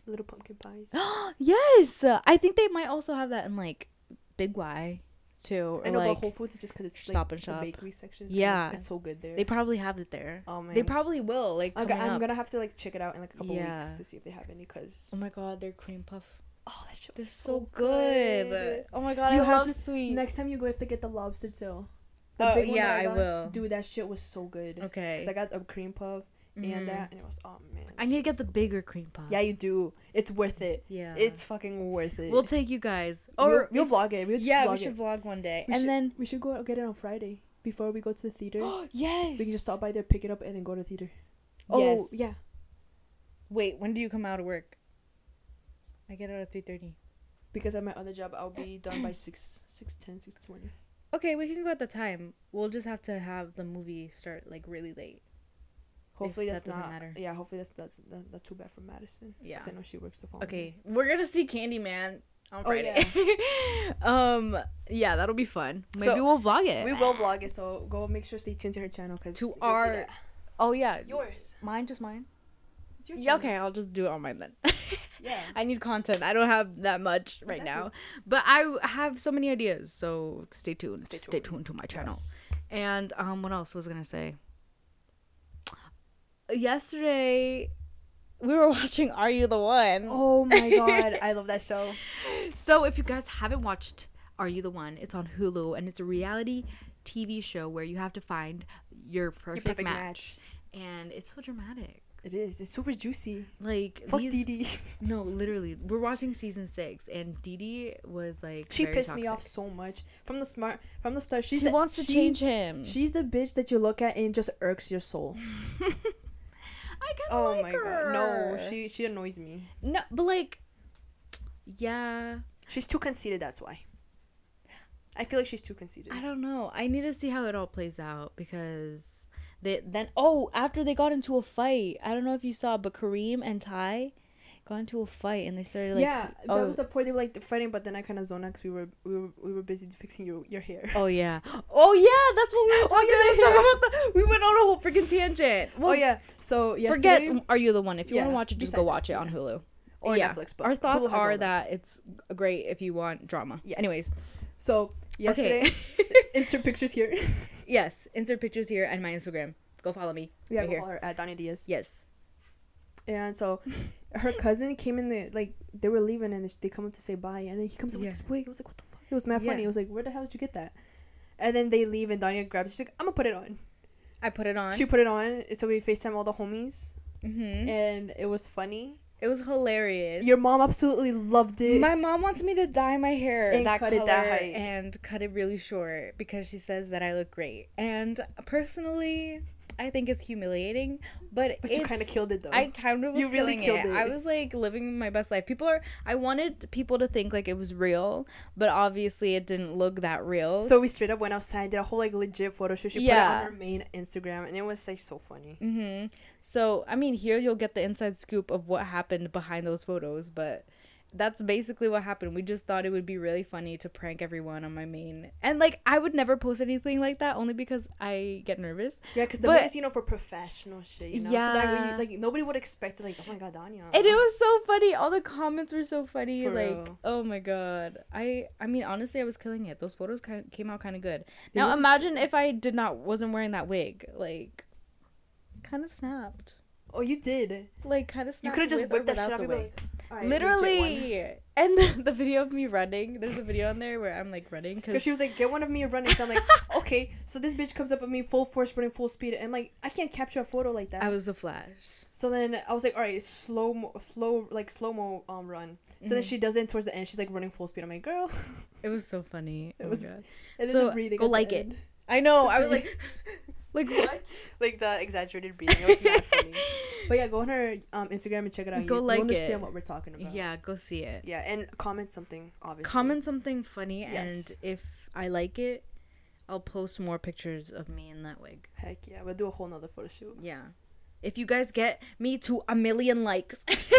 S2: Little pumpkin pies.
S1: Yes, uh, I think they might also have that in like Big Y too. Or,
S2: I know,
S1: like,
S2: but Whole Foods is just because it's like
S1: Stop and
S2: the
S1: Shop.
S2: bakery section. is kinda-
S1: Yeah.
S2: it's so good there.
S1: they probably have it there.
S2: oh man,
S1: They probably will. Like,
S2: I'm,
S1: coming
S2: go- I'm
S1: up.
S2: gonna have to like check it out in like a couple
S1: Yeah.
S2: weeks to see if they have any. Cause
S1: Oh my god, their cream puff.
S2: oh, that shit
S1: They're
S2: was
S1: so, good. Oh my god,
S2: You
S1: I
S2: have
S1: love
S2: to-
S1: sweet.
S2: Next time you go, you have to get the lobster tail.
S1: Oh,
S2: one
S1: yeah,
S2: that
S1: I
S2: got.
S1: will.
S2: Dude, that shit was so good.
S1: Okay.
S2: Cause I got a cream puff
S1: Mhm.
S2: and that, and it was oh man.
S1: I
S2: this
S1: need to
S2: shit
S1: get
S2: was
S1: the bigger cream puff.
S2: so- Yeah, you do. It's worth it.
S1: yeah.
S2: It's fucking worth it.
S1: we'll take you guys.
S2: Or
S1: Or
S2: we'll,
S1: if-
S2: vlog it. We'll just
S1: yeah,
S2: vlog
S1: we
S2: it.
S1: should vlog one day,
S2: We
S1: and
S2: should-
S1: then
S2: we should go out get it on Friday before we go to the theater.
S1: yes,
S2: we can just stop by there, pick it up, and then go to the theater. Oh
S1: Yes.
S2: yeah,
S1: Wait, when do you come out of work? I get out at three thirty.
S2: because at my other job I'll be done by six six ten six twenty.
S1: Okay, we can go at the time. We'll just have to have the movie start like really late.
S2: Hopefully
S1: that
S2: that's
S1: doesn't
S2: not.
S1: matter.
S2: Yeah, hopefully that's that's that, that's too bad for Madison.
S1: Yeah.
S2: 'cause I know she works the phone.
S1: Okay, we're gonna see Candyman on
S2: Oh,
S1: Friday. um, yeah, that'll be fun. Maybe
S2: So,
S1: we'll vlog it.
S2: We will vlog it, so go make sure stay tuned to her channel because
S1: To our- oh yeah,
S2: yours.
S1: mine, just mine.
S2: It's your
S1: Yeah,
S2: channel.
S1: okay, I'll just do it on mine then.
S2: Yeah.
S1: I need content. I don't have that much right now, but I w- have so many ideas. So stay tuned. Stay
S2: Stay
S1: tuned,
S2: tuned.
S1: to my channel. And um, what else was I gonna say? Yesterday, we were watching Are You the One?
S2: Oh my god, I love that show.
S1: So if you guys haven't watched Are You the One, it's on Hulu and it's a reality TV show where you have to find your perfect,
S2: perfect
S1: match. and it's so dramatic.
S2: It is. It's super juicy.
S1: Like
S2: Fuck
S1: these,
S2: Dee Dee.
S1: no, literally, we're watching season six, and Dee Dee was like
S2: She
S1: very
S2: pissed me
S1: toxic.
S2: off so much from the smart from the start. She's
S1: she
S2: the-
S1: wants to
S2: she's-
S1: change him.
S2: She's the bitch that you look at and it just irks your soul.
S1: I kind of
S2: Oh
S1: like
S2: my
S1: her.
S2: god, no, she she annoys me.
S1: no, but like, yeah,
S2: She's too conceited. That's why. I feel like she's too conceited.
S1: I don't know. I need to see how it all plays out because they then oh after they got into a fight, I don't know if you saw, but Kareem and Ty got into a fight and they started like
S2: yeah, that
S1: oh,
S2: was the point. They were like fighting, but then I kind of zoned out because we were we were we were busy fixing your your hair.
S1: Oh yeah, oh yeah, that's what we were talking,
S2: Oh, yeah,
S1: we were
S2: yeah.
S1: talking about. The, we went on a whole freaking tangent. Well,
S2: oh yeah. So yesterday,
S1: forget. Are you the one? If you want
S2: Yeah,
S1: to watch it, just
S2: beside
S1: go
S2: that,
S1: watch it on
S2: yeah.
S1: Hulu
S2: or
S1: yeah.
S2: Netflix. But
S1: Our thoughts
S2: Hulu has
S1: are
S2: all
S1: that it's great if you want drama.
S2: Yes.
S1: Anyways,
S2: So yesterday, insert pictures here.
S1: yes, insert picters here and my Instagram. Go follow me.
S2: Yeah,
S1: right
S2: go
S1: here.
S2: follow her at Donny Diaz.
S1: Yes.
S2: And so, her cousin came in the like they were leaving and they come up to say bye, and then he comes up
S1: Yeah.
S2: with this wig. I was like, what the fuck? It was mad funny.
S1: Yeah.
S2: I was like, where the hell did you get that? And then they leave, and Danya grabs. it. She's like, I'm gonna put it on.
S1: I put it on.
S2: She put it on, so we Facetime all the homies,
S1: hmm
S2: and it was funny.
S1: It was hilarious.
S2: Your mom absolutely loved it.
S1: my mom wants me to dye my hair
S2: And
S1: that
S2: cut
S1: color
S2: it that height.
S1: and cut it really short because she says that I look great. And personally, I think it's humiliating, but,
S2: but you
S1: it's,
S2: kind of killed it though.
S1: I kind of was
S2: You really
S1: killing it.
S2: killed it.
S1: I was like living my best life. People are. I wanted people to think like it was real, but obviously it didn't look that real.
S2: so we straight up went outside, did a whole like legit photo shoot. She
S1: Yeah.
S2: put it on her main Instagram, and it was like so funny.
S1: Mm-hmm. hmm So I mean, here you'll get the inside scoop of what happened behind those photos, but that's basically what happened. We just thought it would be really funny to prank everyone on my main. And like I would never post anything like that only because I get nervous.
S2: Yeah, because the
S1: But-
S2: but, is you know for professional shit. You know? so that
S1: Yeah.
S2: way, like nobody would expect it. Like, oh my god, Danya.
S1: And it was so funny. All the comments were so funny.
S2: For
S1: like,
S2: real.
S1: oh my god. I I mean, honestly, I was killing it. Those photos kind came out kind of good.
S2: They
S1: Now
S2: really
S1: imagine if I did not wasn't wearing that wig. Like, kind of snapped.
S2: oh, you did.
S1: Like, kind of snapped.
S2: You could have just
S1: with or
S2: whipped that shit
S1: without
S2: off.
S1: the
S2: You'd be
S1: wig.
S2: like, "All right, legit one."
S1: Literally. And the, the video of me running. There's a video on there where I'm like running
S2: Because
S1: because
S2: she was like, get one of me running. So I'm like, okay. So this bitch comes up with me full force, running full speed, and like I can't capture a photo like that.
S1: I was the Flash.
S2: so then I was like, all right, slow, mo- slow, like slow mo um run. So
S1: Mm-hmm.
S2: then she does it and towards the end. She's like running full speed. I'm like, girl.
S1: It was so funny.
S2: It
S1: oh
S2: was-
S1: my god.
S2: And then
S1: So,
S2: the breathing.
S1: go
S2: at the
S1: like it.
S2: end.
S1: I know.
S2: The
S1: I was
S2: breathing.
S1: like, like what?
S2: like the exaggerated breathing. It was mad funny. But yeah, go on her um, Instagram and check it out.
S1: Go
S2: you,
S1: like
S2: you understand
S1: it.
S2: what we're talking about.
S1: yeah, go see it.
S2: Yeah, and comment something, obviously.
S1: Comment something funny,
S2: Yes.
S1: and if I like it, I'll post more pictures of me in that wig.
S2: Heck yeah, we'll do a whole nother photo shoot.
S1: Yeah. If you guys get me to a million likes,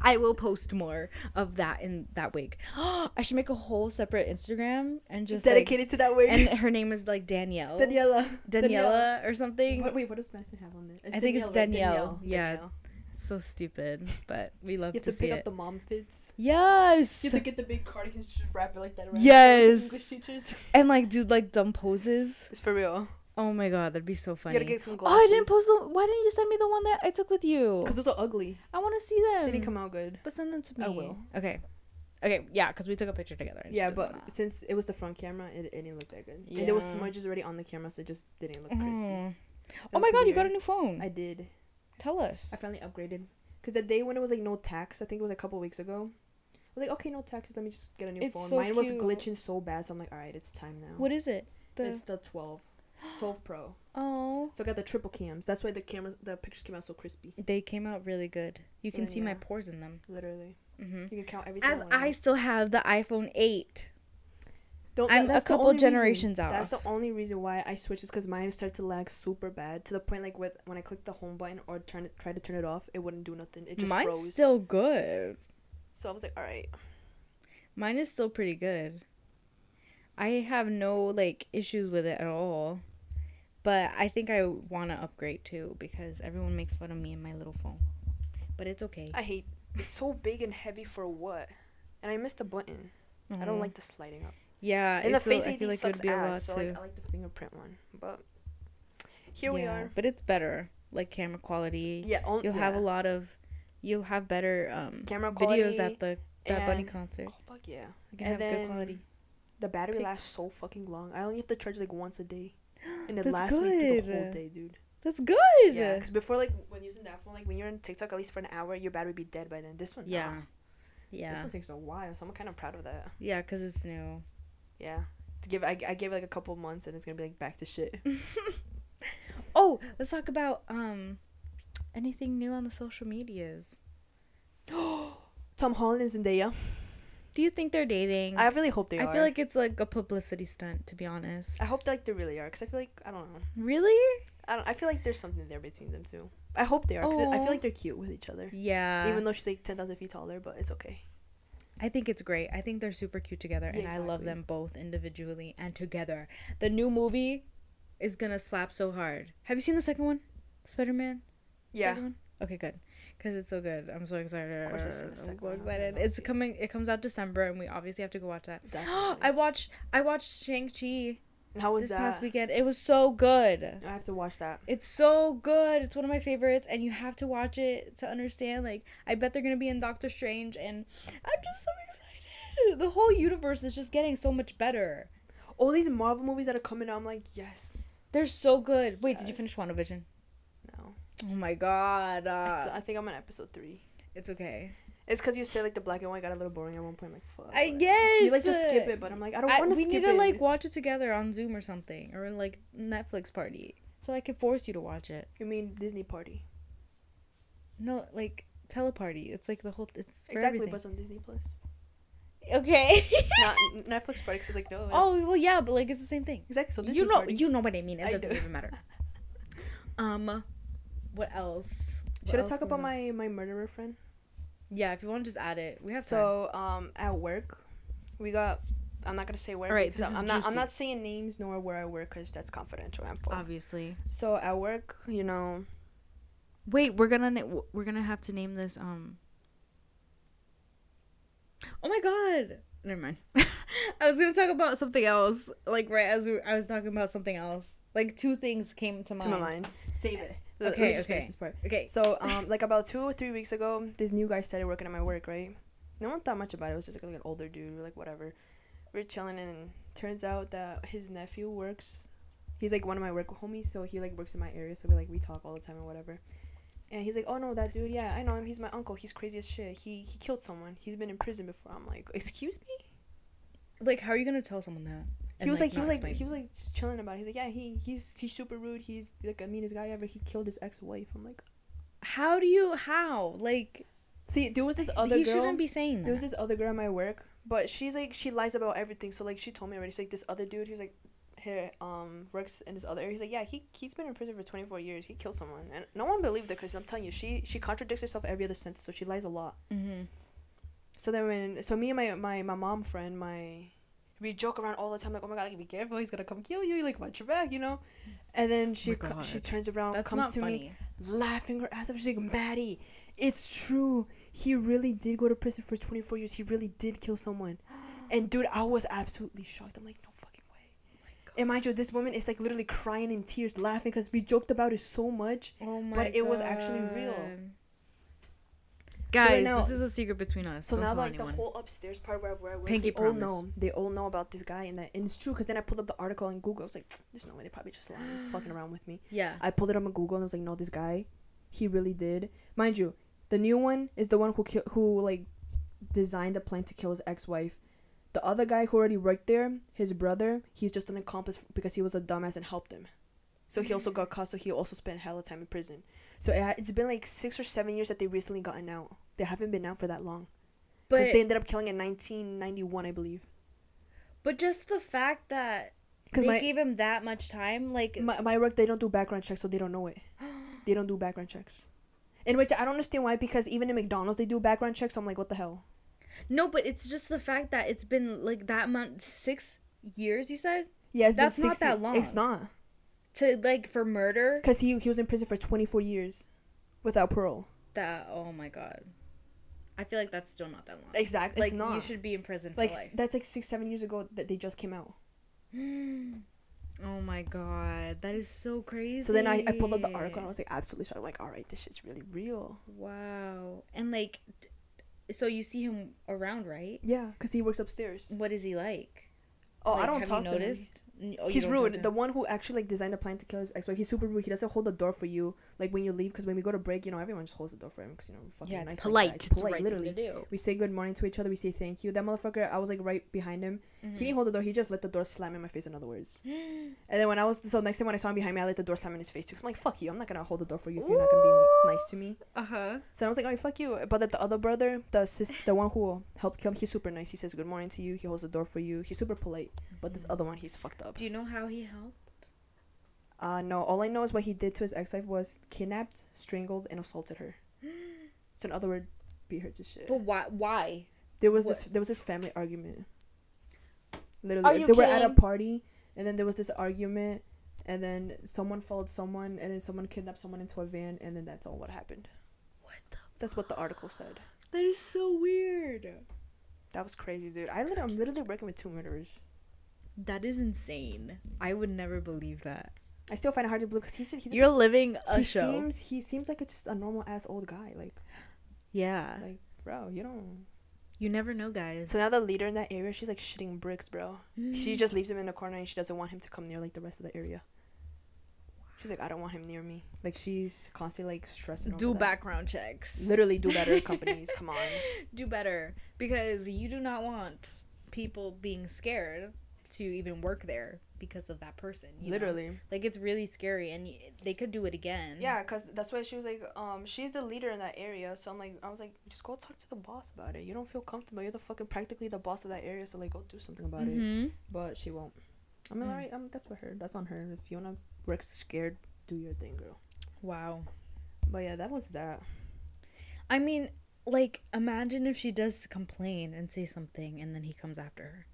S1: I will post more of that in that wig. I should make a whole separate Instagram and just like-
S2: Dedicated to that wig.
S1: and her name is like Danielle.
S2: Daniela.
S1: Daniela or something.
S2: What, wait, what does Madison have on there?
S1: I think it's Danielle. Yeah.
S2: Danielle.
S1: So stupid, but we love
S2: You have
S1: to,
S2: to,
S1: see
S2: pick
S1: it.
S2: up the mom fits.
S1: yes.
S2: You have to get the big cardigans, just wrap it like that around. you, like
S1: Yes.
S2: the English teachers.
S1: and like do like dumb poses.
S2: It's for real.
S1: Oh my god, that'd be so
S2: You
S1: funny.
S2: gotta get some
S1: oh,
S2: glasses.
S1: I didn't post the. Why didn't you send me the one that I took with you?
S2: Because those are ugly.
S1: I want to see them.
S2: They didn't come out good.
S1: But send them to me.
S2: I will.
S1: Okay. Okay. Yeah, because we took a picture together. and
S2: Yeah,
S1: she was on
S2: but since it was the front camera, it, it didn't look that good. And there was
S1: Yeah.
S2: smudges already on the camera, so it just didn't look
S1: that.
S2: crispy.
S1: Mm.
S2: It
S1: Oh my
S2: looked
S1: god, you got a
S2: weird.
S1: new phone.
S2: I did.
S1: Tell us.
S2: I finally upgraded. Cause the day when it was like no tax, I think it was a couple weeks ago. I was like, okay, no taxes. Let me just get a new
S1: It's
S2: phone.
S1: so
S2: Mine was
S1: cute.
S2: glitching so bad, so I'm like, all right, it's time now.
S1: What is it? The
S2: It's the 12, 12 Pro.
S1: oh,
S2: So I got the triple cams. That's why the camera, the pictures came out so crispy.
S1: they came out really good. You
S2: So
S1: can
S2: then,
S1: see my
S2: yeah.
S1: pores in them.
S2: Literally,
S1: hmm
S2: you can count every single
S1: As
S2: one.
S1: I still have the iPhone 8.
S2: Don't,
S1: I'm
S2: that's
S1: a
S2: the
S1: couple
S2: only reason-
S1: generations out.
S2: That's the only reason why I switched is because mine started to lag super bad to the point like with when I clicked the home button or turn it, try to turn it off, it wouldn't do nothing. It just
S1: Mine's
S2: froze.
S1: still good.
S2: so I was like, all right,
S1: Mine is still pretty good. I have no like issues with it at all. But I think I want to upgrade too because everyone makes fun of me and my little phone. But it's okay.
S2: I hate. It's so big and heavy for what? And I missed the button. I don't
S1: Mhm.
S2: like the sliding up.
S1: Yeah,
S2: And the
S1: it's a-
S2: face
S1: I
S2: ID
S1: feel like it would
S2: sucks
S1: be a lot
S2: ass. So like,
S1: too.
S2: I like the fingerprint one, but here we
S1: Yeah,
S2: are.
S1: But it's better, like camera quality.
S2: Yeah, on,
S1: You'll have a
S2: yeah.
S1: lot of, you'll have better um
S2: camera quality.
S1: videos at the that bunny
S2: and-
S1: concert.
S2: Oh, fuck yeah.
S1: You can
S2: and
S1: have good
S2: then
S1: quality.
S2: The battery lasts
S1: Pics.
S2: so fucking long. I only have to charge like once a day, and it
S1: That's
S2: lasts me through the
S1: good. uh,
S2: whole day, dude.
S1: That's good.
S2: Yeah, because before like when using that phone, like when you're on TikTok at least for an hour, your battery be dead by then. This one, nah.
S1: Yeah. Yeah.
S2: This one takes a while, so I'm kind of proud of that.
S1: Yeah, because it's new.
S2: Yeah. To give, I, I gave it like a couple months, and it's gonna be like back to shit.
S1: Mm. Oh, let's talk about um anything new on the social medias.
S2: Tom Holland and Zendaya.
S1: Do you think they're dating?
S2: I really hope they
S1: Mm. I
S2: are.
S1: feel like it's like a publicity stunt, to be honest.
S2: I hope like they really are, cause I feel like I don't know.
S1: Really?
S2: I don't. I feel like there's something there between them two. I hope they are, cause I
S1: Aw.
S2: feel like they're cute with each other.
S1: Oh. Yeah.
S2: Even though she's like ten thousand feet taller, but it's okay.
S1: I think it's great. I think they're super cute together,
S2: Yeah,
S1: and I love
S2: exactly.
S1: them both individually and together. The new movie is gonna slap so hard. Have you seen the second one, Spider Man?
S2: Yeah.
S1: Second one? Okay, good. Cause it's so good. I'm so excited. Of
S2: course
S1: course,
S2: I've seen the
S1: I'm
S2: second
S1: so
S2: one. How can I
S1: excited.
S2: not
S1: It's
S2: see it?
S1: coming. It comes out December, and we obviously have to go watch that. I
S2: Definitely.
S1: watched. I watched Shang Chi
S2: And How was
S1: this
S2: that?
S1: past weekend. It was so good.
S2: I have to watch that.
S1: It's so good. It's one of my favorites, and you have to watch it to understand. Like, I bet they're gonna be in Doctor Strange, and I'm just so excited. The whole universe is just getting so much better.
S2: All these Marvel movies that are coming out, I'm like, yes.
S1: They're so good. Wait, did you finish
S2: Yes.
S1: WandaVision?
S2: No.
S1: Oh my god.
S2: I,
S1: Uh,
S2: still, I think I'm on episode three.
S1: it's okay.
S2: It's because you said like the black and white got a little boring at one point. I'm like, fuck.
S1: I
S2: whatever.
S1: guess.
S2: You like to skip it, but I'm like, I don't
S1: I,
S2: want to
S1: we
S2: skip
S1: need
S2: it.
S1: to like watch it together on Zoom or something, or like Netflix party, so I can force you to watch it.
S2: You mean Disney party?
S1: No, like teleparty. It's like the whole. It's for
S2: exactly, but
S1: everything.
S2: it's on Disney Plus.
S1: Okay.
S2: Not n- Netflix party. Cause it's like no. It's,
S1: oh well, yeah, but like it's the same thing.
S2: exactly. So Disney
S1: you know,
S2: party.
S1: you know what I mean. It
S2: I
S1: doesn't
S2: do.
S1: even matter. Um, what else? What
S2: Should I
S1: else
S2: talk
S1: going
S2: about
S1: on?
S2: my my murderer friend?
S1: Yeah, if you want to just add it, we have so.
S2: So um, at work, we got. I'm not gonna say where.
S1: All right,
S2: because
S1: this
S2: I'm
S1: is
S2: not.
S1: juicy. Um,
S2: I'm not saying names nor where I work because that's confidential info.
S1: Obviously.
S2: so at work, you know,
S1: Wait, we're gonna na- w- we're gonna have to name this. Um. Oh my god! Never mind. I was gonna talk about something else. Like right as we, I was talking about something else. Like two things came to mind.
S2: to my mind.
S1: Save it.
S2: Let- let me
S1: Okay.
S2: just finish
S1: Okay.
S2: this part.
S1: Okay.
S2: So um, like about two or three weeks ago, this new guy started working at my work. Right. No one thought much about it. It was just like, an older dude. Like whatever. We're chilling, and turns out that his nephew works. He's like one of my work homies, so he like works in my area. So we like we talk all the time or whatever. And he's like, "Oh no, that dude. Yeah, I know him. He's my uncle. He's crazy as shit. He he killed someone. He's been in prison before." I'm like, "Excuse me."
S1: Like, how are you gonna tell someone that?
S2: he was like, he was like he was like just chilling about it. He's like, yeah, he he's he's super rude. He's like the meanest guy ever. He killed his ex wife. I'm like,
S1: How do you? How? Like,
S2: see, there was this other
S1: he
S2: girl.
S1: shouldn't be saying
S2: there was
S1: that.
S2: this other girl at my work, but she's like she lies about everything. So like she told me already. She's like this other dude. He's like, here um works in this other area. He's like, yeah, he he's been in prison for twenty four years. He killed someone, and no one believed it because I'm telling you, she she contradicts herself every other sentence. So she lies a lot.
S1: Mm-hmm.
S2: So then when so me and my my, my mom friend my we joke around all the time like oh my god like be careful he's gonna come kill you like watch your back you know, and then she
S1: Oh my
S2: co- she
S1: God.
S2: turns around
S1: That's
S2: comes
S1: not
S2: to me
S1: funny.
S2: laughing her ass off she's like Maddie it's true he really did go to prison for twenty four years he really did kill someone, and dude I was absolutely shocked I'm like no fucking way,
S1: Oh
S2: and mind you this woman is like literally crying in tears laughing because we joked about it so much
S1: Oh my
S2: But it was actually real.
S1: God.
S2: right
S1: Guys,
S2: now-
S1: this is a secret between us.
S2: So
S1: Don't
S2: now,
S1: tell
S2: like
S1: anyone.
S2: the whole upstairs part where, where I work,
S1: Pinky
S2: they all
S1: promise.
S2: know. They all know about this guy, and, that, and it's true. Because then I pulled up the article on Google. I was like, "There's no way they probably just lying, fucking around with me."
S1: yeah.
S2: I pulled it up on Google, and I was like, "No, this guy, he really did." Mind you, the new one is the one who kill, who like designed the plan to kill his ex-wife. The other guy who already worked there, his brother, he's just an accomplice because he was a dumbass and helped him. So he also got caught. So he also spent hell of time in prison. So it, it's been like six or seven years that they recently gotten out. They haven't been out for that long.
S1: But
S2: Because they ended up killing in 1991, I believe.
S1: but just the fact that
S2: Because
S1: they
S2: my,
S1: gave him that much time, like
S2: my my work, they don't do background checks, so they don't know it. they don't do background checks. In which I don't understand why, because even in McDonald's they do background checks. So I'm like, what the hell?
S1: no, but it's just the fact that it's been like that month, six years. You said
S2: Yeah, it's
S1: That's
S2: been
S1: not
S2: six
S1: that
S2: ye- It's
S1: long.
S2: not,
S1: to like for murder.
S2: because he he was in prison for 24 years, without parole.
S1: That oh my god, I feel like that's still not that long.
S2: Exactly,
S1: Like
S2: it's not.
S1: you should be in prison for
S2: like s-
S1: life.
S2: that's like six seven years ago that they just came out.
S1: oh my god, that is so crazy.
S2: So then I, I pulled up the article and I was like absolutely shocked. Like all right, this shit's really real.
S1: Wow, and like, d- so you see him around, right?
S2: Yeah, because he works upstairs.
S1: What is he like?
S2: Oh, I
S1: Mm, Like,
S2: don't
S1: have
S2: talk
S1: you
S2: to him.
S1: noticed? N- oh, you
S2: he's
S1: don't talk to
S2: rude.
S1: him.
S2: The one who actually like designed the plan to kill his ex-wife. He's super rude. He doesn't hold the door for you like when you leave because when we go to break, you know, everyone just holds the door for him because you know, we're fucking
S1: Yeah,
S2: nice.
S1: it's polite.
S2: like that. It's
S1: It's the
S2: polite,
S1: right thing to
S2: literally.
S1: do.
S2: We say good morning to each other. We say thank you. That motherfucker, I was like right behind him.
S1: Mm-hmm.
S2: He didn't hold the door. He just let the door slam in my face. In other words, and then when I was so next time when I saw him behind me, I let the door slam in his face too. i I'm like, fuck you. I'm not gonna hold the door for you if you're not gonna be nice to me.
S1: Uh huh.
S2: So I was like, alright, fuck you. But the other brother, the sis, the one who helped kill him, he's super nice. He says good morning to you. He holds the door for you. He's super polite. But
S1: Mm.
S2: this other one, he's fucked up.
S1: Do you know how he helped?
S2: Uh, no. All I know is what he did to his ex-wife was kidnapped, strangled, and assaulted her. so in other words, beat her to shit.
S1: But why? Why?
S2: there was
S1: what-
S2: this. There was this family argument.
S1: Are
S2: Literally, uh,
S1: you
S2: they were at a
S1: kidding?
S2: party, and then there was this argument, and then someone followed someone, and then someone kidnapped someone into a van, and then that's all what happened.
S1: What the?
S2: That's what the article said.
S1: That is so weird.
S2: That was crazy, dude. I literally, I'm literally working with two murderers.
S1: That is insane. I would never believe that.
S2: I still find it hard to believe because he's he,
S1: You're living
S2: doesn't-
S1: a
S2: he
S1: show.
S2: seems he seems like a, just a normal ass old guy. Like,
S1: yeah.
S2: like, bro, you don't.
S1: You never know, guys.
S2: So now the leader in that area, she's like shitting bricks, bro.
S1: Mm.
S2: She just leaves him in the corner and she doesn't want him to come near like the rest of the area. She's like, I don't want him near me. Like she's constantly like stressing. Over
S1: do
S2: that.
S1: background checks.
S2: Literally, do better companies. Come on.
S1: Do better because you do not want people being scared to even work there because of that person. you know?
S2: Literally.
S1: Like it's really scary, and y- they could do it again.
S2: Yeah, cause that's why she was like, um, she's the leader in that area. So I'm like, I was like, just go talk to the boss about it. You don't feel comfortable. You're the fucking practically the boss of that area. So like, go do something about it.
S3: Mm-hmm.
S1: hmm
S2: But she won't. I
S1: Mm.
S2: mean, alright, um, that's for her. That's on her. If you wanna work scared, do your thing, girl.
S1: Wow.
S2: But yeah, that was that.
S1: I mean, like imagine if she does complain and say something and then he comes after her.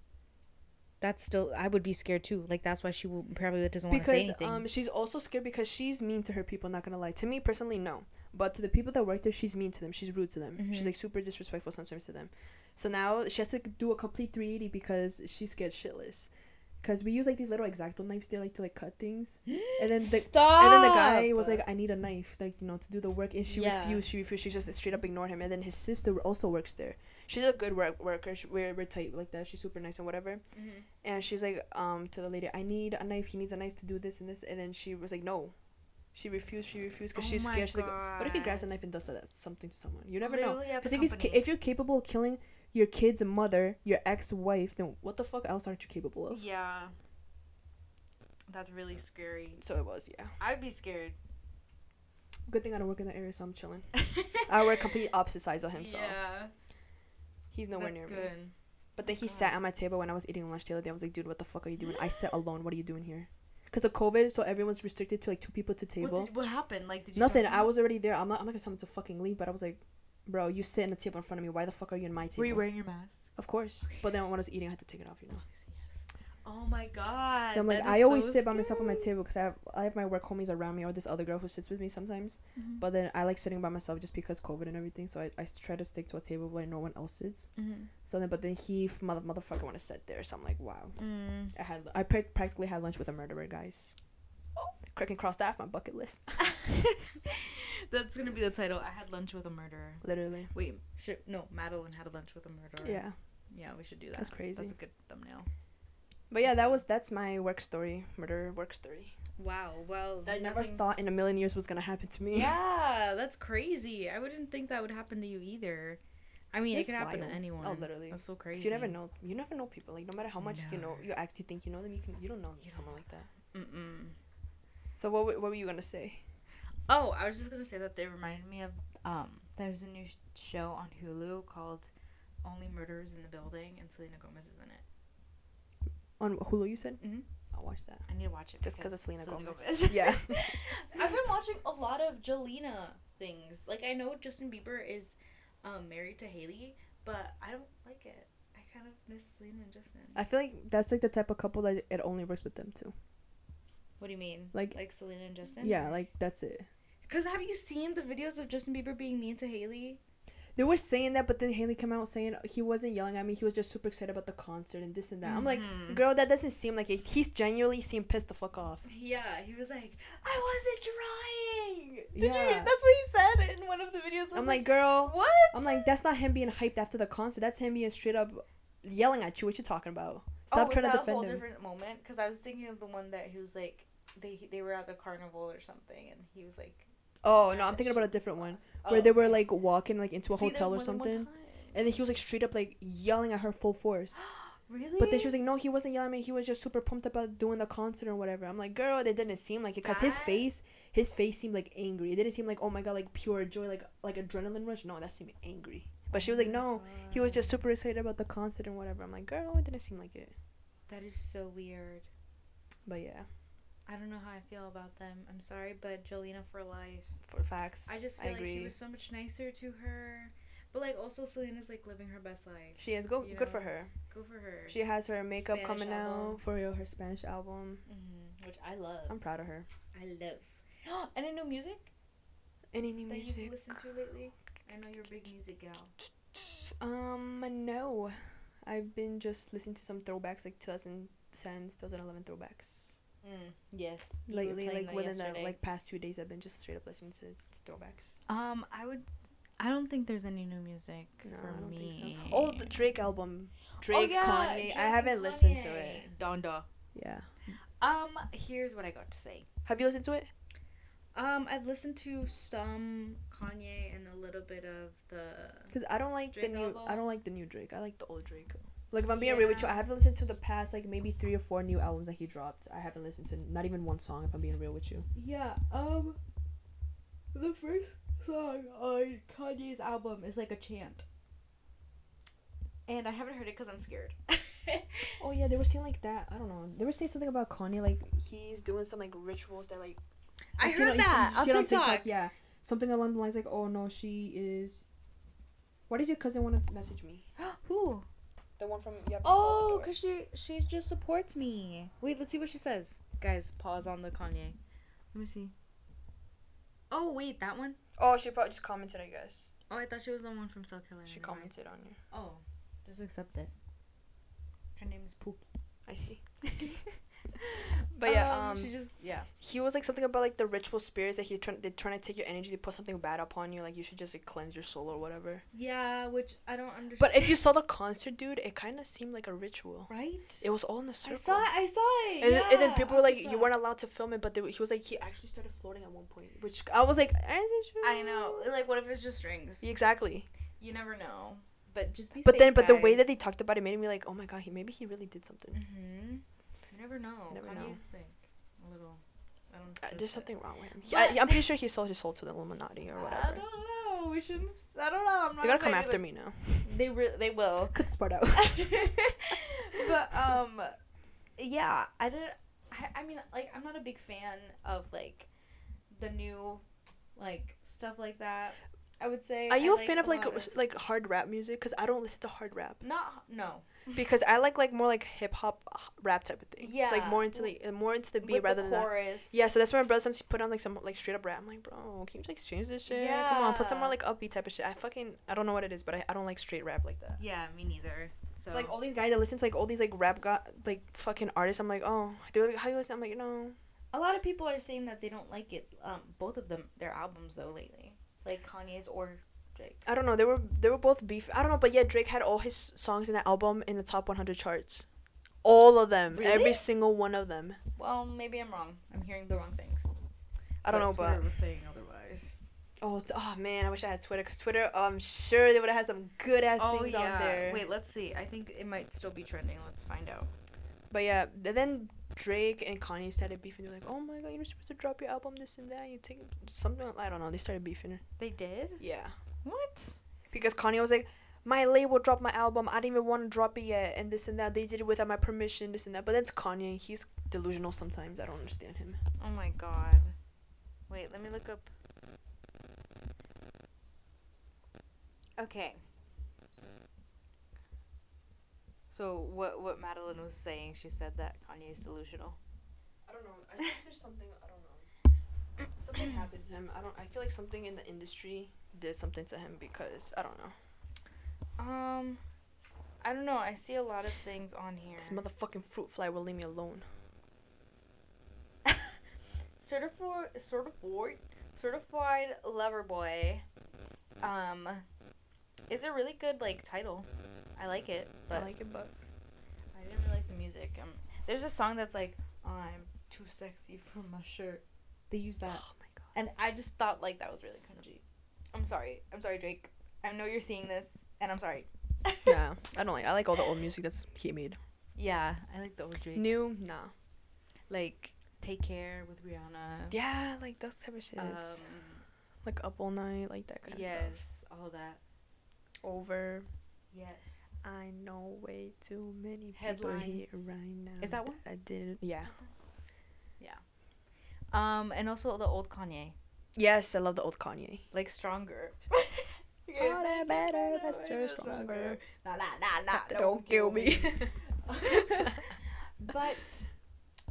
S1: That's still I would be scared too. Like that's why she will, probably doesn't want to say
S2: because
S1: anything.
S2: um, she's also scared because she's mean to her people. Not gonna lie, to me personally, no. But to the people that work there, she's mean to them. She's rude to them.
S1: Mm-hmm.
S2: She's like super disrespectful sometimes to them. So now she has to do a complete 380 because she's scared shitless. Because we use like these little exacto knives there, like to like cut things, and then the
S1: Stop.
S2: and then the guy was like, "I need a knife, like you know, to do the work." And she
S1: Yeah.
S2: refused. She refused. She just straight up ignored him. And then his sister also works there. She's a good work worker. She, we're we're tight like that. She's super nice and whatever. And she's like, um, to the lady, "I need a knife. He needs a knife to do this and this." And then she was like, "No." She refused. She refused because
S1: Oh
S2: she's
S1: my
S2: scared. She's like, "What if he
S1: God.
S2: grabs a knife and does that something to someone? You never know."
S3: Literally at the
S2: Because if he's ca-
S3: company.
S2: if you're capable of killing your kid's mother, your ex-wife, then what the fuck else aren't you capable of?
S3: Yeah. That's really scary.
S2: So it was, yeah.
S3: I'd be scared.
S2: Good thing I don't work in that area, so I'm chilling. I work complete opposite sides of him, so
S3: Yeah.
S2: he's nowhere
S3: that's
S2: near me.
S3: good.
S2: But then he sat at my table when I was eating lunch the other day. I was like, dude, what the fuck are you doing? I sat alone. What are you doing here? Because of COVID, so everyone's restricted to like two people to
S3: What,
S2: table.
S3: did, what happened? Like, did you
S2: Nothing.
S3: talk to
S2: I
S3: him?
S2: was already there. I'm not, I'm not gonna tell him to fucking leave, but I was like, bro, you sit in the table in front of me. Why the fuck are you in my table?
S3: Were you wearing your mask?
S2: Of course. But then when I was eating, I had to take it off, you know?
S3: Oh my god.
S2: So I'm like,
S3: that
S2: I
S3: is
S2: always
S3: so
S2: sit by myself on my
S3: scary.
S2: table because I have I have my work homies around me or this other girl who sits with me sometimes.
S3: Mm-hmm.
S2: But then I like sitting by myself just because COVID and everything. So I, I try to stick to a table where no one else sits.
S1: Mm-hmm,
S2: So then, but then he f- mother motherfucker want to sit there. So I'm like, wow.
S1: mm-hmm.
S2: I had I prac- practically had lunch with a murderer, guys. I can cross that off my bucket list.
S1: That's gonna be the title. I had lunch with a murderer.
S2: Literally.
S1: Wait, should, no, Madeline had lunch with a murderer.
S2: Yeah.
S1: yeah, we should do that.
S2: That's crazy.
S1: That's a good thumbnail.
S2: But yeah, that was that's my work story, murder work story.
S1: Wow. Well,
S2: I never
S1: nothing-
S2: thought in a million years was gonna happen to me.
S1: Yeah, that's crazy. I wouldn't think that would happen to you either. I mean,
S2: It's
S1: it could happen
S2: wild.
S1: to
S2: Oh,
S1: anyone.
S2: literally.
S1: That's so
S2: 'Cause
S1: crazy.
S2: You never know. You never know people. Like no matter how much you
S1: No.
S2: know, you act, you think you know them. You can. You don't know someone like that.
S1: Mm-mm.
S2: So what? w- What were you gonna say?
S3: Oh, I was just gonna say that they reminded me of um. There's a new sh- show on Hulu called Only Murders in the Building, and Selena Gomez is in it.
S2: On Hulu, you said.
S3: Mhm.
S2: I'll watch that.
S3: I need to watch it
S2: Just 'cause of Selena Gomez.
S3: Gomez.
S2: Yeah.
S1: I've been watching a lot of Jelena things. Like I know Justin Bieber is um, married to Haley, but I don't like it. I kind of miss Selena and Justin.
S2: I feel like that's like the type of couple that it only works with them too.
S1: What do you mean?
S2: Like-
S1: like Selena and Justin?
S2: Yeah, like that's it.
S1: Because have you seen the videos of Justin Bieber being mean to Haley?
S2: They were saying that, but then Haley came out saying he wasn't yelling at me. He was just super excited about the concert and this and that. I'm
S1: Mm-hmm.
S2: like, girl, that doesn't seem like it. He's genuinely seemed pissed the fuck off.
S1: Yeah, he was like, I wasn't trying. Did you?
S2: Yeah.
S1: That's what he said in one of the videos. I
S2: I'm
S1: was
S2: like, girl.
S1: what?
S2: I'm like, that's not him being hyped after the concert. That's him being straight up yelling at you. What you talking about? Stop
S1: was
S2: trying to
S1: Oh, that a
S2: defend
S1: whole
S2: him.
S1: different moment because I was thinking of the one that he was like, they they were at the carnival or something, and he was like,
S2: Oh no,
S1: Yeah,
S2: I'm thinking about a different one where
S1: Oh.
S2: they were like walking like into a
S1: See, there's
S2: hotel or
S1: more than one
S2: something,
S1: time.
S2: and then he was like straight up like yelling at her full force.
S1: Really?
S2: But then she was like, no, he wasn't yelling at me. He was just super pumped about doing the concert or whatever. I'm like, girl, they didn't seem like it because his
S1: That-
S2: face, his face seemed like angry. It didn't seem like oh my god, like pure joy, like like adrenaline rush. No, that seemed angry. But she was like, no, he was just super excited about the concert and whatever. I'm like, girl, it didn't seem like it.
S1: that is so weird.
S2: But yeah,
S1: I don't know how I feel about them. I'm sorry, but Jelena for life.
S2: for facts,
S1: I just feel like he was so much nicer to her. But like also Selena's like living her best life.
S2: She is go
S1: you
S2: good for
S1: know,
S2: her.
S1: Go for her.
S2: She has her makeup
S1: Spanish
S2: coming
S1: album.
S2: out for real, her Spanish album.
S1: Mhm, Which I love.
S2: I'm proud of her.
S1: I love. and I know music
S2: Any new
S1: that you've
S2: music?
S1: listened to lately. I know you're a big music gal.
S2: Um, no. I've been just listening to some throwbacks, like 2010s, 2011 throwbacks.
S1: Mm, yes. you were
S2: Lately,
S1: playing
S2: like
S1: that
S2: within the
S1: yesterday.
S2: like past two days, I've been just straight up listening to throwbacks.
S1: Um, I would. I don't think there's any new music
S2: No,
S1: for
S2: I don't
S1: me.
S2: think so. Oh, the Drake album.
S1: Oh,
S2: Drake,
S1: yeah,
S2: Kanye.
S1: Drake
S2: I
S1: and
S2: haven't listened to
S1: Kanye.
S2: it.
S1: Donda.
S2: Yeah.
S1: Um, here's what I got to say.
S2: Have you listened to it?
S1: Um, I've listened to some Kanye and a little bit of the.
S2: Because I don't like
S1: Drake
S2: the new. I
S1: album?
S2: don't like the new Drake. I like the old Drake. Like if I'm being real with you, I
S1: Yeah.
S2: haven't listened to the past like maybe three or four new albums that he dropped. I haven't listened to not even one song. If I'm being real with you.
S1: Yeah. Um, the first song on Kanye's album is like a chant. And I haven't heard it because I'm scared.
S2: Oh yeah, they were saying like that. I don't know. They were saying something about Kanye like he's doing some like rituals that like
S1: I
S2: seen
S1: heard
S2: it- you seen-
S1: that
S2: you
S1: on
S2: see it
S1: TikTok.
S2: Yeah, something along the lines like oh no, she is Why does your cousin want to message me?
S1: Who?
S2: The one from you
S1: Oh, cause she she just supports me. Wait, let's see what she says. Guys, pause on the Kanye. Let me see. Oh wait, that one.
S2: oh, she probably just commented. I guess
S1: Oh, I thought she was the one from South Carolina.
S2: she
S1: Never mind.
S2: commented on you.
S1: Oh, just accept it. Her name is Pookie.
S2: I see. But yeah, um,
S1: she just yeah.
S2: he was like something about like the ritual spirits that he trying they're trying to take your energy to put something bad upon you. Like you should just like cleanse your soul or whatever.
S1: Yeah, which I don't understand.
S2: But if you saw the concert, dude, it kind of seemed like a ritual.
S1: right,
S2: It was all in the circle.
S1: I saw it. I saw it.
S2: And, then, and then
S1: yeah,
S2: people were like,
S1: I
S2: "You
S1: saw
S2: weren't allowed to film it," but they, he was like, he actually started floating at one point, which I was like, "Is it true?"
S1: it. I know. Like, what if it's just strings?
S2: Yeah, exactly.
S1: You never know. But just be.
S2: But
S1: safe,
S2: then, but the way
S1: guys.
S2: that they talked about it made me like, "Oh my god, he maybe he really did something." Uh,
S1: Mm-hmm. You never know.
S2: never
S1: Kanye's
S2: know.
S1: sick. A little. I don't.
S2: Uh,
S1: trust
S2: there's
S1: it.
S2: something wrong with him. He- I,
S1: But-
S2: I'm pretty sure he sold his soul to the Illuminati or
S1: I
S2: whatever.
S1: don't know. We shouldn't. s- I don't know. I'm not
S2: They're gonna come
S1: saying,
S2: after
S1: like-
S2: me now.
S1: They re- They will.
S2: Cut this part out.
S1: but um, yeah. I didn't. I, I mean, like, I'm not a big fan of like the new, like stuff like that. I would say.
S2: Are you
S1: a
S2: a fan of like
S1: lot
S2: s- like hard rap music? Cause I don't listen to hard rap
S1: Not no.
S2: because I like like more like hip hop rap type of thing.
S1: Yeah.
S2: like more into the uh, more into the beat
S1: With
S2: rather
S1: the
S2: than that.
S1: chorus.
S2: Yeah, so that's why my brother sometimes put on like some like straight up rap. I'm like, bro, can you just like change this shit? Come on, put some more
S1: Yeah.
S2: like upbeat type of shit. I fucking I don't know what it is, but I, I don't like straight rap like that.
S1: Yeah, me neither.
S2: So like all these guys that listen to like all these like rap go- like fucking artists, I'm like, oh, they're like, how you listen? I'm like, no.
S1: A lot of people are saying that they don't like it. Um, both of them, their albums though lately, like Kanye's or Drake's.
S2: I don't know. They were they were both beef. I don't know, but yeah, Drake had all his songs in the album in the top 100 charts. All of them,
S1: Really?
S2: every single one of them.
S1: Well, maybe I'm wrong. I'm hearing the wrong things.
S2: I don't know, but
S1: Twitter was saying otherwise.
S2: oh, t- oh man, I wish I had Twitter because Twitter, I'm sure they would have had some good ass things on there.
S1: Oh, Wait, let's see. I think it might still be trending. Let's find out.
S2: But yeah, th- then Drake and Kanye started beefing. They're like, "Oh my god, you're supposed to drop your album, this and that. You take something." I don't know. They started beefing.
S1: They did.
S2: Yeah,
S1: What?
S2: because Kanye was like, "My label dropped my album. I didn't even want to drop it yet, and this and that. They did it without my permission, this and that." But that's Kanye. He's delusional sometimes. I don't understand him.
S1: Oh my god. Wait, let me look up. Okay. So what what Madeline was saying, she said that Kanye's delusional.
S2: I don't know. I think there's something. I don't know. Something happened to him. I don't. I feel like something in the industry did something to him because I don't know.
S1: Um I don't know, I see a lot of things on here.
S2: This motherfucking fruit fly will leave me alone.
S1: certified certified certified lover boy um is a really good like title i like it but
S2: I like it, but
S1: i didn't really like the music um there's a song that's like i'm too sexy for my shirt they use that
S2: oh my god.
S1: and i just thought like that was really cringy i'm sorry i'm sorry drake i know you're seeing this and i'm sorry
S2: yeah, I don't like. I like all the old music that's he made.
S1: yeah i like the old drake
S2: New, nah.
S1: like take care with rihanna
S2: Yeah, like those type of shit.
S1: um,
S2: like up all night, like that kind of stuff.
S1: yes all that
S2: Over.
S1: yes
S2: I know way too many people here
S1: Headlines.
S2: right now.
S1: Is that one?
S2: I didn't. Yeah.
S1: Um, and also the old Kanye,
S2: Yes, I love the old Kanye.
S1: like stronger.
S2: Harder, better, faster, stronger.
S1: Nah, nah, nah, nah.
S2: Don't kill me.
S1: but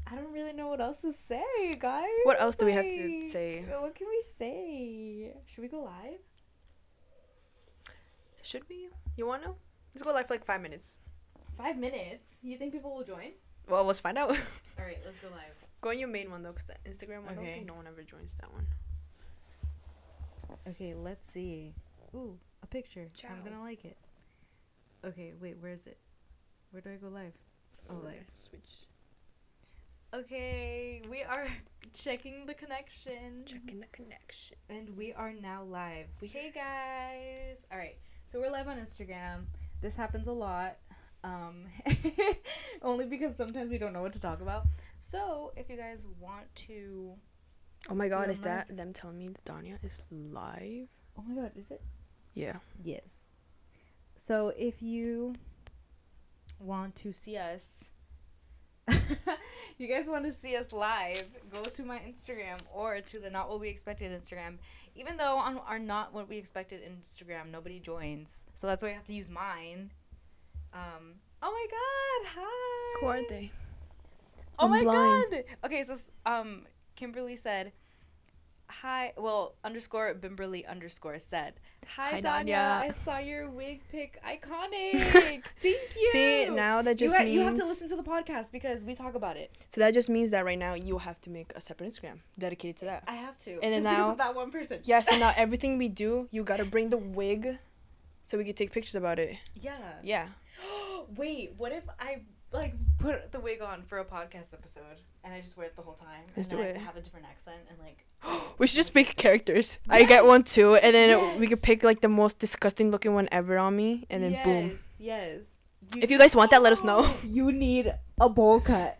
S1: I don't really know what else to say, guys.
S2: What else do we have to
S1: Like,
S2: say?
S1: What can we say? Should we go live?
S2: Should we? You wanna? Let's go live for like five minutes.
S1: Five minutes. You think people will join?
S2: Well, let's find out.
S1: All right, let's go live.
S2: go on your main one though, cause the Instagram one. I
S1: Okay.
S2: don't think no one ever joins that one.
S1: Okay, let's see. Ooh, a picture.
S2: Ciao.
S1: I'm gonna like it. Okay, wait, where is it? Where do I go live? Oh,
S2: Over
S1: live.
S2: there. Switch.
S1: Okay, we are checking the connection.
S2: Checking the connection.
S1: And we are now live. Hey guys. All right. So we're live on Instagram. This happens a lot. Um only because sometimes we don't know what to talk about. So, if you guys want to
S2: Oh my
S1: Yeah,
S2: god, is
S1: my-
S2: that them telling me that Danya is live?
S1: Oh my god, is it?
S2: Yeah.
S1: Yes. So, if you want to see us you guys want to see us live, go to my Instagram or to the Not What We Expected Instagram. Even though on our Not What We Expected Instagram, nobody joins. So that's why I have to use mine. Um, oh my god, hi.
S4: Who are they?
S1: Oh
S4: I'm
S1: my
S4: blind.
S1: god. Okay, so s- um Kimberly said Hi, well, underscore Bimberly underscore said, Hi,
S4: Hi,
S1: Danya.
S4: Danya."
S1: I saw your wig pick iconic. Thank you.
S2: See, now that
S1: you,
S2: just
S1: ha-
S2: means
S1: you have to listen to the podcast because we talk about it.
S2: So that just means that right now you have to make a separate Instagram dedicated to that.
S1: I have to.
S2: And
S1: just
S2: then
S1: because
S2: now-
S1: of that one person.
S2: Yes, and now e-, everything we do, you gotta bring the wig, so we can take pictures about it.
S1: Yeah.
S2: Yeah.
S1: Wait, what if I like put the wig on for a podcast episode and I just wear it the whole time
S2: Let's
S1: and
S2: do
S1: then I
S2: it.
S1: have a different accent and like
S2: We should just pick characters. I get one too, and then we could
S1: Yes.
S2: pick like the most disgusting looking one ever on me, and then boom.
S1: Yes, yes.
S2: If you guys want that, let us know.
S1: You need a bowl cut.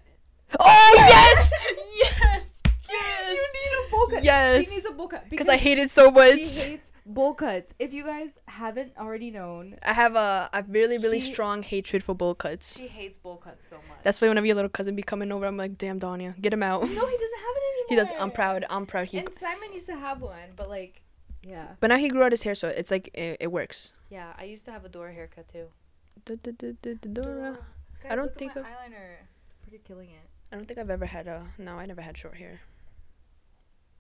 S2: Oh yes,
S1: yes. Yes. You need a bowl cut.
S2: Yes.
S1: She needs a bowl cut
S2: because I hate it so much.
S1: she hates bowl cuts. If you guys haven't already known,
S2: I have a a really really
S1: She-
S2: strong hatred for bowl cuts.
S1: she hates bowl cuts so much.
S2: That's why whenever your little cousin be coming over, I'm like, damn, Danya, get him out.
S1: no, he doesn't have it anymore.
S2: He does. I'm proud. I'm proud. He.
S1: And Simon used to have one, but like, yeah,
S2: But now he grew out his hair, so it's like it, it works.
S1: yeah. I used to have a Dora haircut too.
S2: Dora.
S1: Guys,
S2: don't
S1: look at
S2: think
S1: my
S2: I've-
S1: eyeliner. Pretty killing it.
S2: I don't think I've ever had a. No, I never had short hair.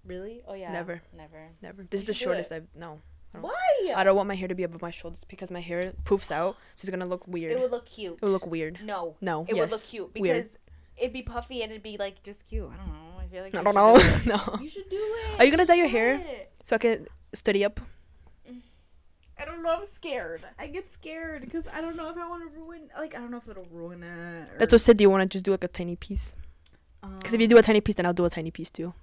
S1: Really? Oh yeah.
S2: Never.
S1: Never.
S2: Never. This is
S1: should
S2: the
S1: do
S2: shortest I've. No. I don't-
S1: Why?
S2: I don't want my hair to be above my shoulders because my hair poofs out, so it's gonna look weird.
S1: It would look cute.
S2: look weird.
S1: No.
S2: No.
S1: It
S2: yes.
S1: would look cute because
S2: Weird.
S1: it'd be puffy and it'd be like just cute. I don't know. I feel like
S2: I
S1: you
S2: don't know.
S1: should do it.
S2: no.
S1: You should do it.
S2: Are you gonna
S1: should
S2: dye your
S1: try
S2: hair?
S1: it.
S2: So I can study up.
S1: I don't know. I'm scared. I get scared because I don't know if I want to ruin. Like I don't know if it'll ruin it.
S2: That's what said. Do you wanna just do like a tiny piece? Because if you do a tiny piece, then I'll do a tiny piece too.
S1: um,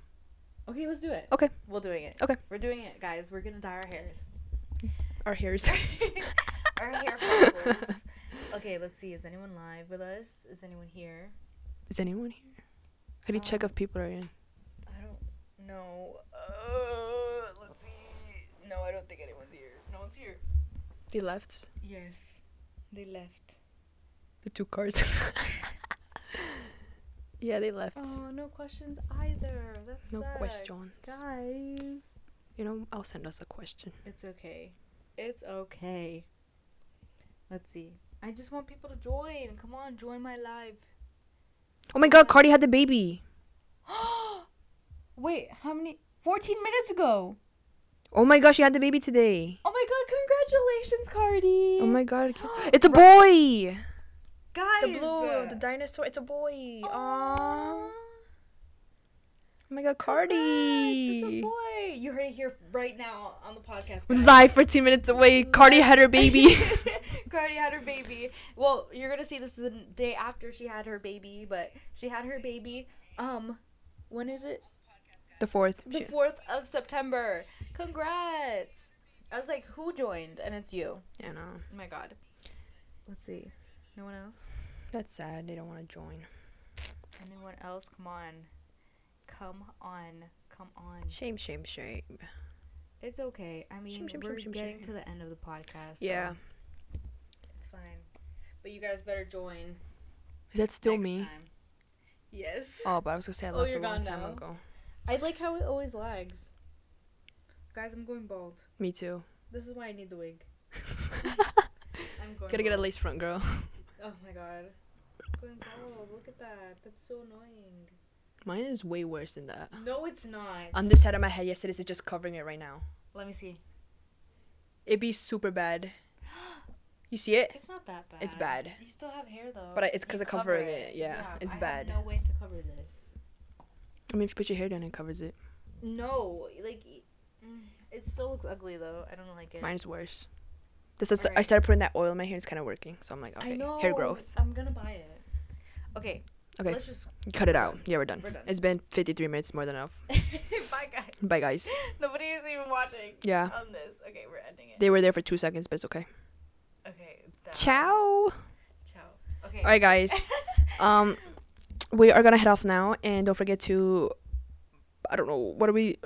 S1: Okay, let's do it.
S2: Okay.
S1: We're doing it.
S2: Okay.
S1: We're doing it, guys. We're gonna dye our hairs.
S2: Our hairs.
S1: our hair follicles. Okay, let's see. Is anyone live with us? Is anyone here?
S2: Is anyone here? How do you check if people are in?
S1: I don't know. Uh, let's see. No, I don't think anyone's here. No one's here.
S2: They left.
S1: Yes, they left.
S2: The two cars. yeah, they left.
S1: Oh, no questions either. That's
S2: No questions.
S1: guys.
S2: You know, I'll send us a question.
S1: It's okay. It's okay. Let's see. I just want people to join. Come on, join my live.
S2: Oh my god, Cardi had the baby.
S1: Wait, how many? 14 minutes ago.
S2: Oh my gosh, she had the baby today.
S1: Oh my god, congratulations, Cardi.
S2: Oh my god. I can't- It's a boy.
S1: guys.
S2: dinosaur, it's a boy.
S1: Aw.
S2: Oh my god,
S1: It's a
S2: Cardi.
S1: boy. You heard it here right now on the podcast. guys.
S2: Live 14 minutes away. Cardi had her baby.
S1: Cardi had her baby. Well, you're gonna see this the day after she had her baby, but she had her baby. Um, when is it?
S2: the fourth.
S1: The
S2: She-
S1: fourth of September. Congrats! I was like, who joined? And it's you.
S2: yeah, no.
S1: Oh my god. Let's see. No one else.
S2: That's sad. They don't want to join.
S1: Anyone else? Come on. Come on. Come on.
S2: Shame, shame, shame.
S1: It's okay. I mean,
S2: Shim, shim, shim,
S1: we're
S2: shim,
S1: getting
S2: shim.
S1: to the end of the podcast. so
S2: Yeah.
S1: it's fine. But you guys better join.
S2: Is that still
S1: next
S2: me?
S1: Time. Yes.
S2: Oh, but I was gonna say I
S1: Oh,
S2: left
S1: you're
S2: a long
S1: gone
S2: time
S1: now.
S2: ago.
S1: I like how it always lags. Guys, I'm going bald.
S2: Me too.
S1: This is why I need the wig. I'm going
S2: Gotta get a
S1: bald.
S2: lace front, girl.
S1: Oh my god. Going bald. Look at that. That's so annoying.
S2: Mine is way worse than that.
S1: No, it's not.
S2: On this side of my head, yes, it is. It's just covering it right now.
S1: Let me see.
S2: It'd be super bad. You see it?
S1: It's not that bad.
S2: It's bad.
S1: You still have hair though.
S2: But I- it's
S1: You
S2: 'cause of
S1: cover
S2: covering it. Yeah, it's
S1: I have
S2: bad.
S1: no way to cover this.
S2: I mean, if you put your hair down, it covers it.
S1: No, like mm, it still looks ugly though. I don't like it.
S2: Mine's worse. This is. I
S1: Alright.
S2: started putting that oil in my hair. It's kind of working. So I'm like, okay,
S1: I know.
S2: hair growth.
S1: I'm gonna buy it. Okay.
S2: Okay.
S1: Let's just
S2: Cut it out. Yeah, we're done.
S1: We're done.
S2: It's been 53 minutes, more than enough.
S1: bye guys.
S2: Bye, guys.
S1: Nobody is even watching
S2: Yeah,
S1: on this. Okay, we're ending it.
S2: they were there for two seconds, but it's okay.
S1: Okay. that-
S2: Ciao.
S1: Ciao. Okay.
S2: All right, guys. um, we are gonna head off now, and don't forget to. I don't know what are we,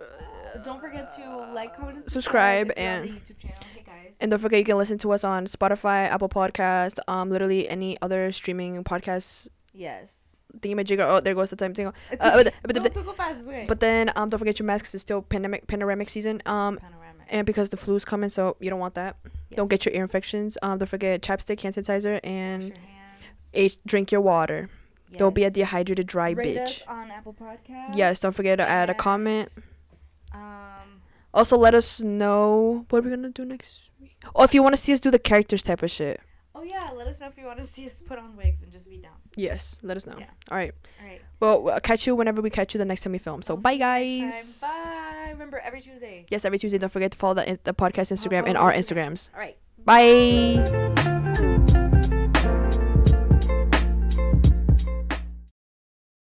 S1: Don't forget to like, comment, and
S2: Subscribe
S1: if you're on
S2: and-
S1: the YouTube channel. Hey guys.
S2: and don't forget you can listen to us on Spotify, Apple Podcast, um, literally any other streaming podcast
S4: Yes.
S2: thingamajigger. Oh, there goes the time thing.
S4: It's
S2: Uh, but, but,
S1: Don't, don't go fast. It's okay.
S2: but then um, don't forget your masks. It's still pandemic panoramic season. Um,
S1: Panoramic.
S2: and because the flu's coming, so you don't want that. Don't get your ear
S1: Yes.
S2: infections. Um, don't forget chapstick, hand sanitizer,
S1: Wash
S2: and
S1: your hands.
S2: H- drink your water. Don't be a
S1: Yes.
S2: dehydrated dry
S1: Rate
S2: bitch.
S1: us on Apple Podcasts.
S2: Yes, don't forget to add a comment.
S1: And, Um,
S2: Also, let us know what we're gonna do next week. Oh, if you want to see us do the characters type of shit.
S1: oh yeah, let us know if you want to see us put on wigs and just be down.
S2: Yes, let us know.
S1: Yeah.
S2: All right.
S1: All right.
S2: Well, we'll catch you whenever we catch you the next time we film. So,
S1: We'll
S2: bye
S1: see you
S2: guys.
S1: next time. Bye. Remember every Tuesday.
S2: Yes, every Tuesday. Don't forget to follow the, the podcast Instagram
S1: follow
S2: and
S1: the
S2: our
S1: Instagram.
S2: Instagrams.
S1: All right.
S2: Bye.